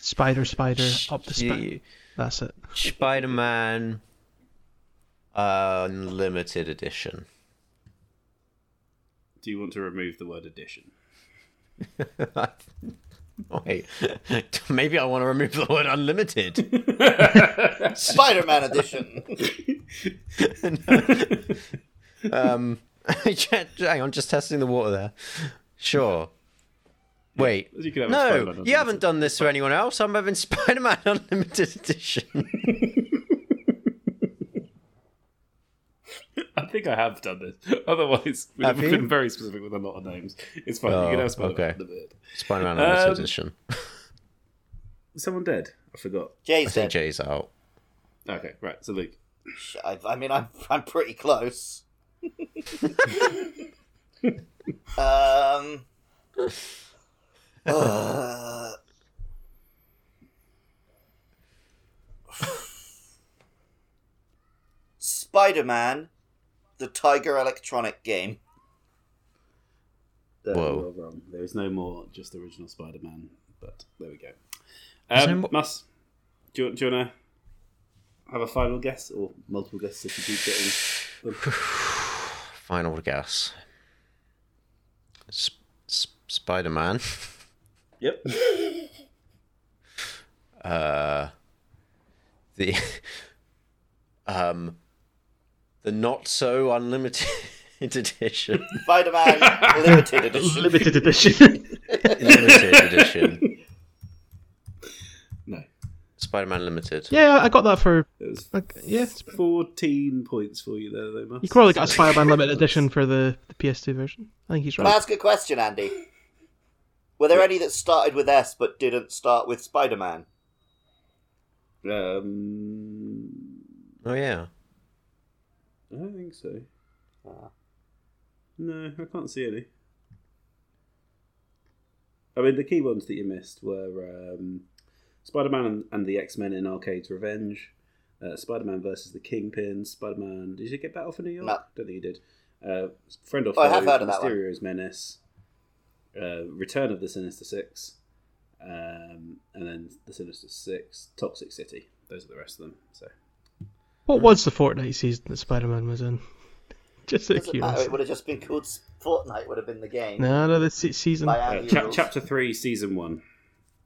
S3: Spider, spider, up the spider.
S4: Gee.
S3: That's it.
S4: Spider-Man uh, Unlimited Edition.
S1: Do you want to remove the word edition?
S4: Wait, maybe I want to remove the word unlimited.
S2: Spider Man edition.
S4: um, hang on, just testing the water there. Sure. Wait.
S1: You could have a Spider-Man
S4: No,
S1: Unlimited.
S4: you haven't done this to anyone else. I'm having Spider Man Unlimited Edition.
S1: I think I have done this. Otherwise, we've
S4: Have you?
S1: been very specific with a lot of names. It's fine. you
S4: Oh,
S1: can have Spider-Man
S4: okay.
S1: in a bit.
S4: Spider Man
S1: Unlimited
S4: Unlimited
S1: Um,
S4: Edition.
S1: Is someone dead? I forgot.
S2: Jay's dead.
S4: DJ's out.
S1: Okay, right. So Luke,
S2: I, I mean, I'm I'm pretty close. um. uh, Spider-Man, the Tiger Electronic game.
S1: there,
S4: Whoa.
S1: well done. there is no more just original Spider-Man, but there we go.
S4: Is there
S1: Um,
S4: more-
S1: Mus, do you, do you want to have a final guess or multiple guesses if you keep getting?
S4: Final guess. Sp- sp- Spider Man.
S1: Yep.
S4: The. um. The not so unlimited edition.
S2: Spider-Man Limited Edition.
S3: Limited edition.
S4: limited edition.
S1: No,
S4: Spider Man Limited.
S3: yeah, I got that for.
S1: it was
S3: Like, yeah,
S1: fourteen points for you there, though, Mus.
S3: you probably got a Spider-Man limited edition for the, the PS2 version. I think he's
S2: Can I
S3: right.
S2: ask a question, Andy? Were there any that started with S but didn't start with Spider-Man?
S1: Um,
S4: Oh, yeah.
S1: I don't think so.
S2: Ah.
S1: No, I can't see any. I mean, the key ones that you missed were um, Spider Man and, and the X Men in Arcade's Revenge, uh, Spider Man versus the Kingpin, Spider Man. Did you get Battle for New York?
S2: No.
S1: Don't think you did. Uh, Friend or
S2: Oh,
S1: Foe,
S2: I have heard of that one.
S1: Mysterio's Menace, uh, Return of the Sinister Six, um, and then the Sinister Six, Toxic City. Those are the rest of them. So
S3: What was the Fortnite season that Spider-Man was in? Just
S2: Doesn't
S3: out of
S2: matter. It
S3: curiosity.
S2: would have just been called S- Fortnite. Would have been the game.
S3: No, no, the se- season.
S2: By Andy
S1: Chap-
S2: Rules.
S1: chapter three, season one.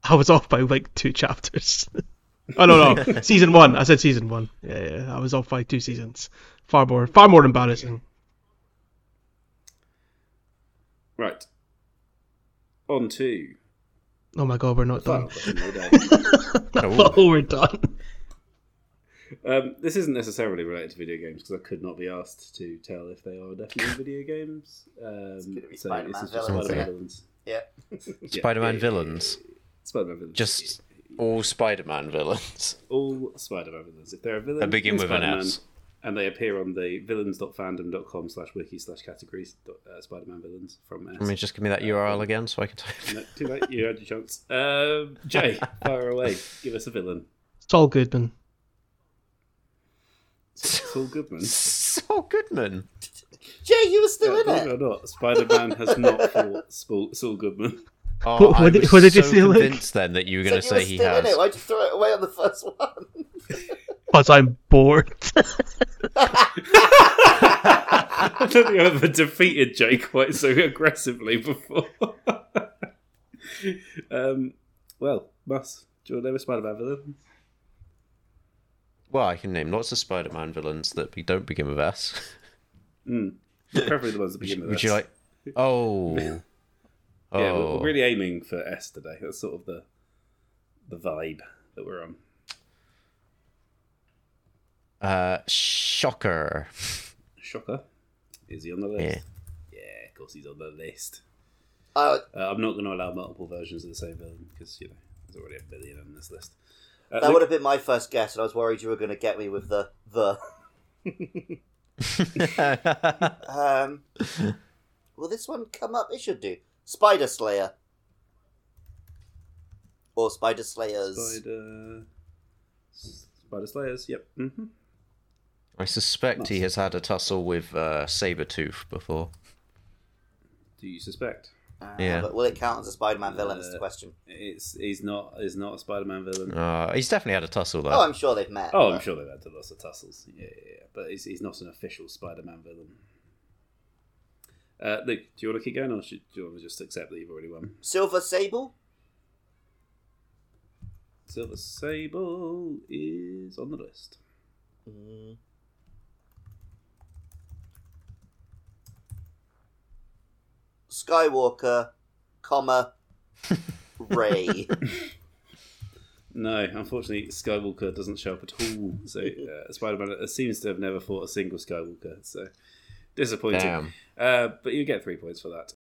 S3: I was off by like two chapters. oh no, no, season one. I said season one. Yeah, yeah, I was off by two seasons. Far more, far more embarrassing.
S1: Right. On to
S3: Oh my god, we're not
S1: final
S3: done.
S1: question of the
S3: Oh, we're done.
S1: day. um, this isn't necessarily related to video games because I could not be asked to tell if they are definitely video games. Um,
S2: gonna be
S1: so
S2: Spider-Man
S1: this is just Spider
S2: villains,
S4: isn't
S1: Man
S4: it?
S1: villains.
S2: Yeah.
S4: Spider Man villains.
S1: Spider Man villains.
S4: Just all Spider Man villains.
S1: all Spider Man villains. If they're a villain,
S4: That begin
S1: in
S4: with an
S1: Spider-Man,
S4: S.
S1: And they appear on the villains.fandom.com slash wiki slash categories dot, uh, Spider Man villains from S.
S4: I mean, just give me that URL again so I can type.
S1: No, too late, you had your chance. Um, Jay, fire away. Give us a villain.
S3: Saul Goodman.
S1: Saul Goodman.
S4: So Goodman.
S2: Jay, you were still in
S1: Believe
S2: it.
S1: it or not, Spider Man has not fought Saul, Saul Goodman.
S4: Oh,
S3: What- what
S4: I
S3: did-
S4: was
S3: what did you
S4: so
S3: say, Luke?
S4: convinced then that you were going to
S2: Said you were
S4: say he
S2: still in
S4: has.
S2: it. Why'd you throw it away on the first one?
S3: Plus, I'm bored.
S1: I don't think I've ever defeated Jay quite so aggressively before. um, well, Mus, do you want to know a Spider Man villain?
S4: Well, I can name lots of Spider-Man villains that be, don't begin with S.
S1: Hmm. Preferably the ones that begin with
S4: Would
S1: S.
S4: you like? Oh. oh.
S1: Yeah, we're- we're really aiming for S today. That's sort of the the vibe that we're on.
S4: Uh, shocker.
S1: Shocker. Is he on the
S4: Yeah.
S1: list? Yeah, of course he's on the list.
S2: Uh,
S1: Uh, I'm not going to allow multiple versions of the same villain because, you know, there's already a billion on this list. Uh,
S2: that
S1: Luke-
S2: would have been my first guess, and I was worried you were going to get me with the the. um, will this one come up? It should do. Spider Slayer. Or Spider Slayers.
S1: Spider, uh, Spider Slayers. Yep. hmm
S4: I suspect he has had a tussle with uh, Sabretooth before.
S1: Do Do you suspect?
S2: Uh,
S4: Yeah.
S2: But will it count as a Spider-Man villain? Is the question.
S1: It's he's not he's not a Spider-Man villain.
S4: Uh, he's definitely had a tussle though.
S2: Oh, I'm sure they've met.
S1: Oh,
S2: but-
S1: I'm sure they've had lots of tussles. Yeah, yeah, yeah. but he's, he's not an official Spider-Man villain. Uh, Luke, do you want to keep going, or should, do you want to just accept that you've already won?
S2: Silver Sable.
S1: Silver Sable is on the list.
S2: Skywalker, comma Ray.
S1: No, unfortunately, Skywalker doesn't show up at all. So uh, Spider-Man seems to have never fought a single Skywalker. So disappointing.
S4: Damn.
S1: Uh, but you get three points for that.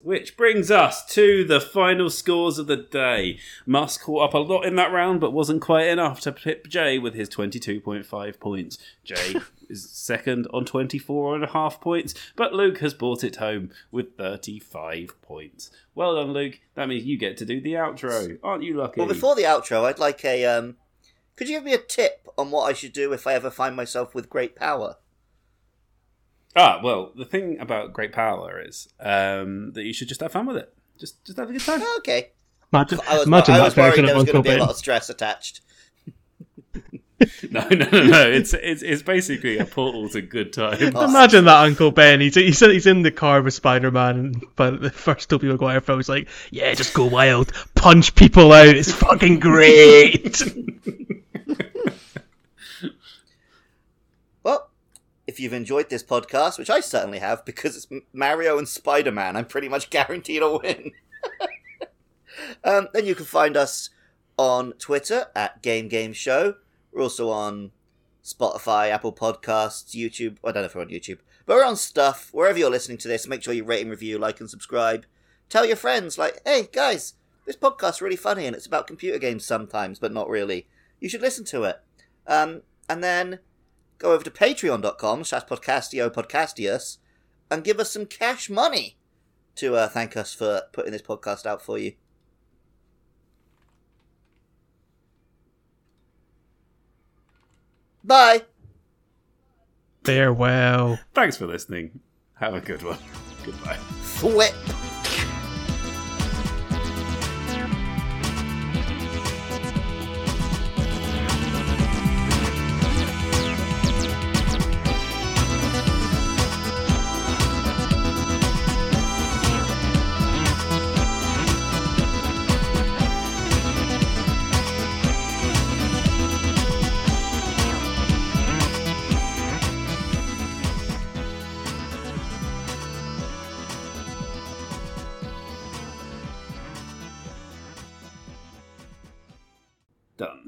S1: Which brings us to the final scores of the day. Musk caught up a lot in that round, but wasn't quite enough to pip Jay with his 22.5 points. Jay is second on 24 and a half points, but Luke has brought it home with 35 points. Well done, Luke. That means you get to do the outro. Aren't you lucky?
S2: well, before the outro, I'd like a. Um, could you give me a tip on what I should do if I ever find myself with great power?
S1: Ah, well, the thing about great power is um, that you should just have fun with it. Just, just have a good time.
S2: Okay.
S3: Imagine,
S2: I was,
S3: imagine
S2: I
S3: that
S2: was
S3: character
S2: worried there
S3: at
S2: was
S3: one
S2: going to be a
S3: top
S2: lot
S3: end.
S2: of stress attached.
S1: No, no, no, no. It's, it's, it's basically a portal to good time.
S2: Oh,
S3: Imagine that Uncle Ben. He's, he's, he's in the car with Spider Man, but the first Tobey Maguire film is like, yeah, just go wild, punch people out. It's fucking great.
S2: Well, if you've enjoyed this podcast, which I certainly have, because it's M- Mario and Spider Man, I'm pretty much guaranteed a win. um, then you can find us on Twitter at Game Game Show. We're also on Spotify, Apple Podcasts, YouTube. I don't know if we're on YouTube, but we're on stuff. Wherever you're listening to this, make sure you rate and review, like and subscribe. Tell your friends, like, hey guys, this podcast's really funny and it's about computer games sometimes, but not really. You should listen to it. Um, and then go over to patreon.com slash podcastio podcastius and give us some cash money to uh, thank us for putting this podcast out for you. Bye.
S3: Farewell.
S1: Thanks for listening. Have a good one. Goodbye.
S2: Thwip.
S1: Done.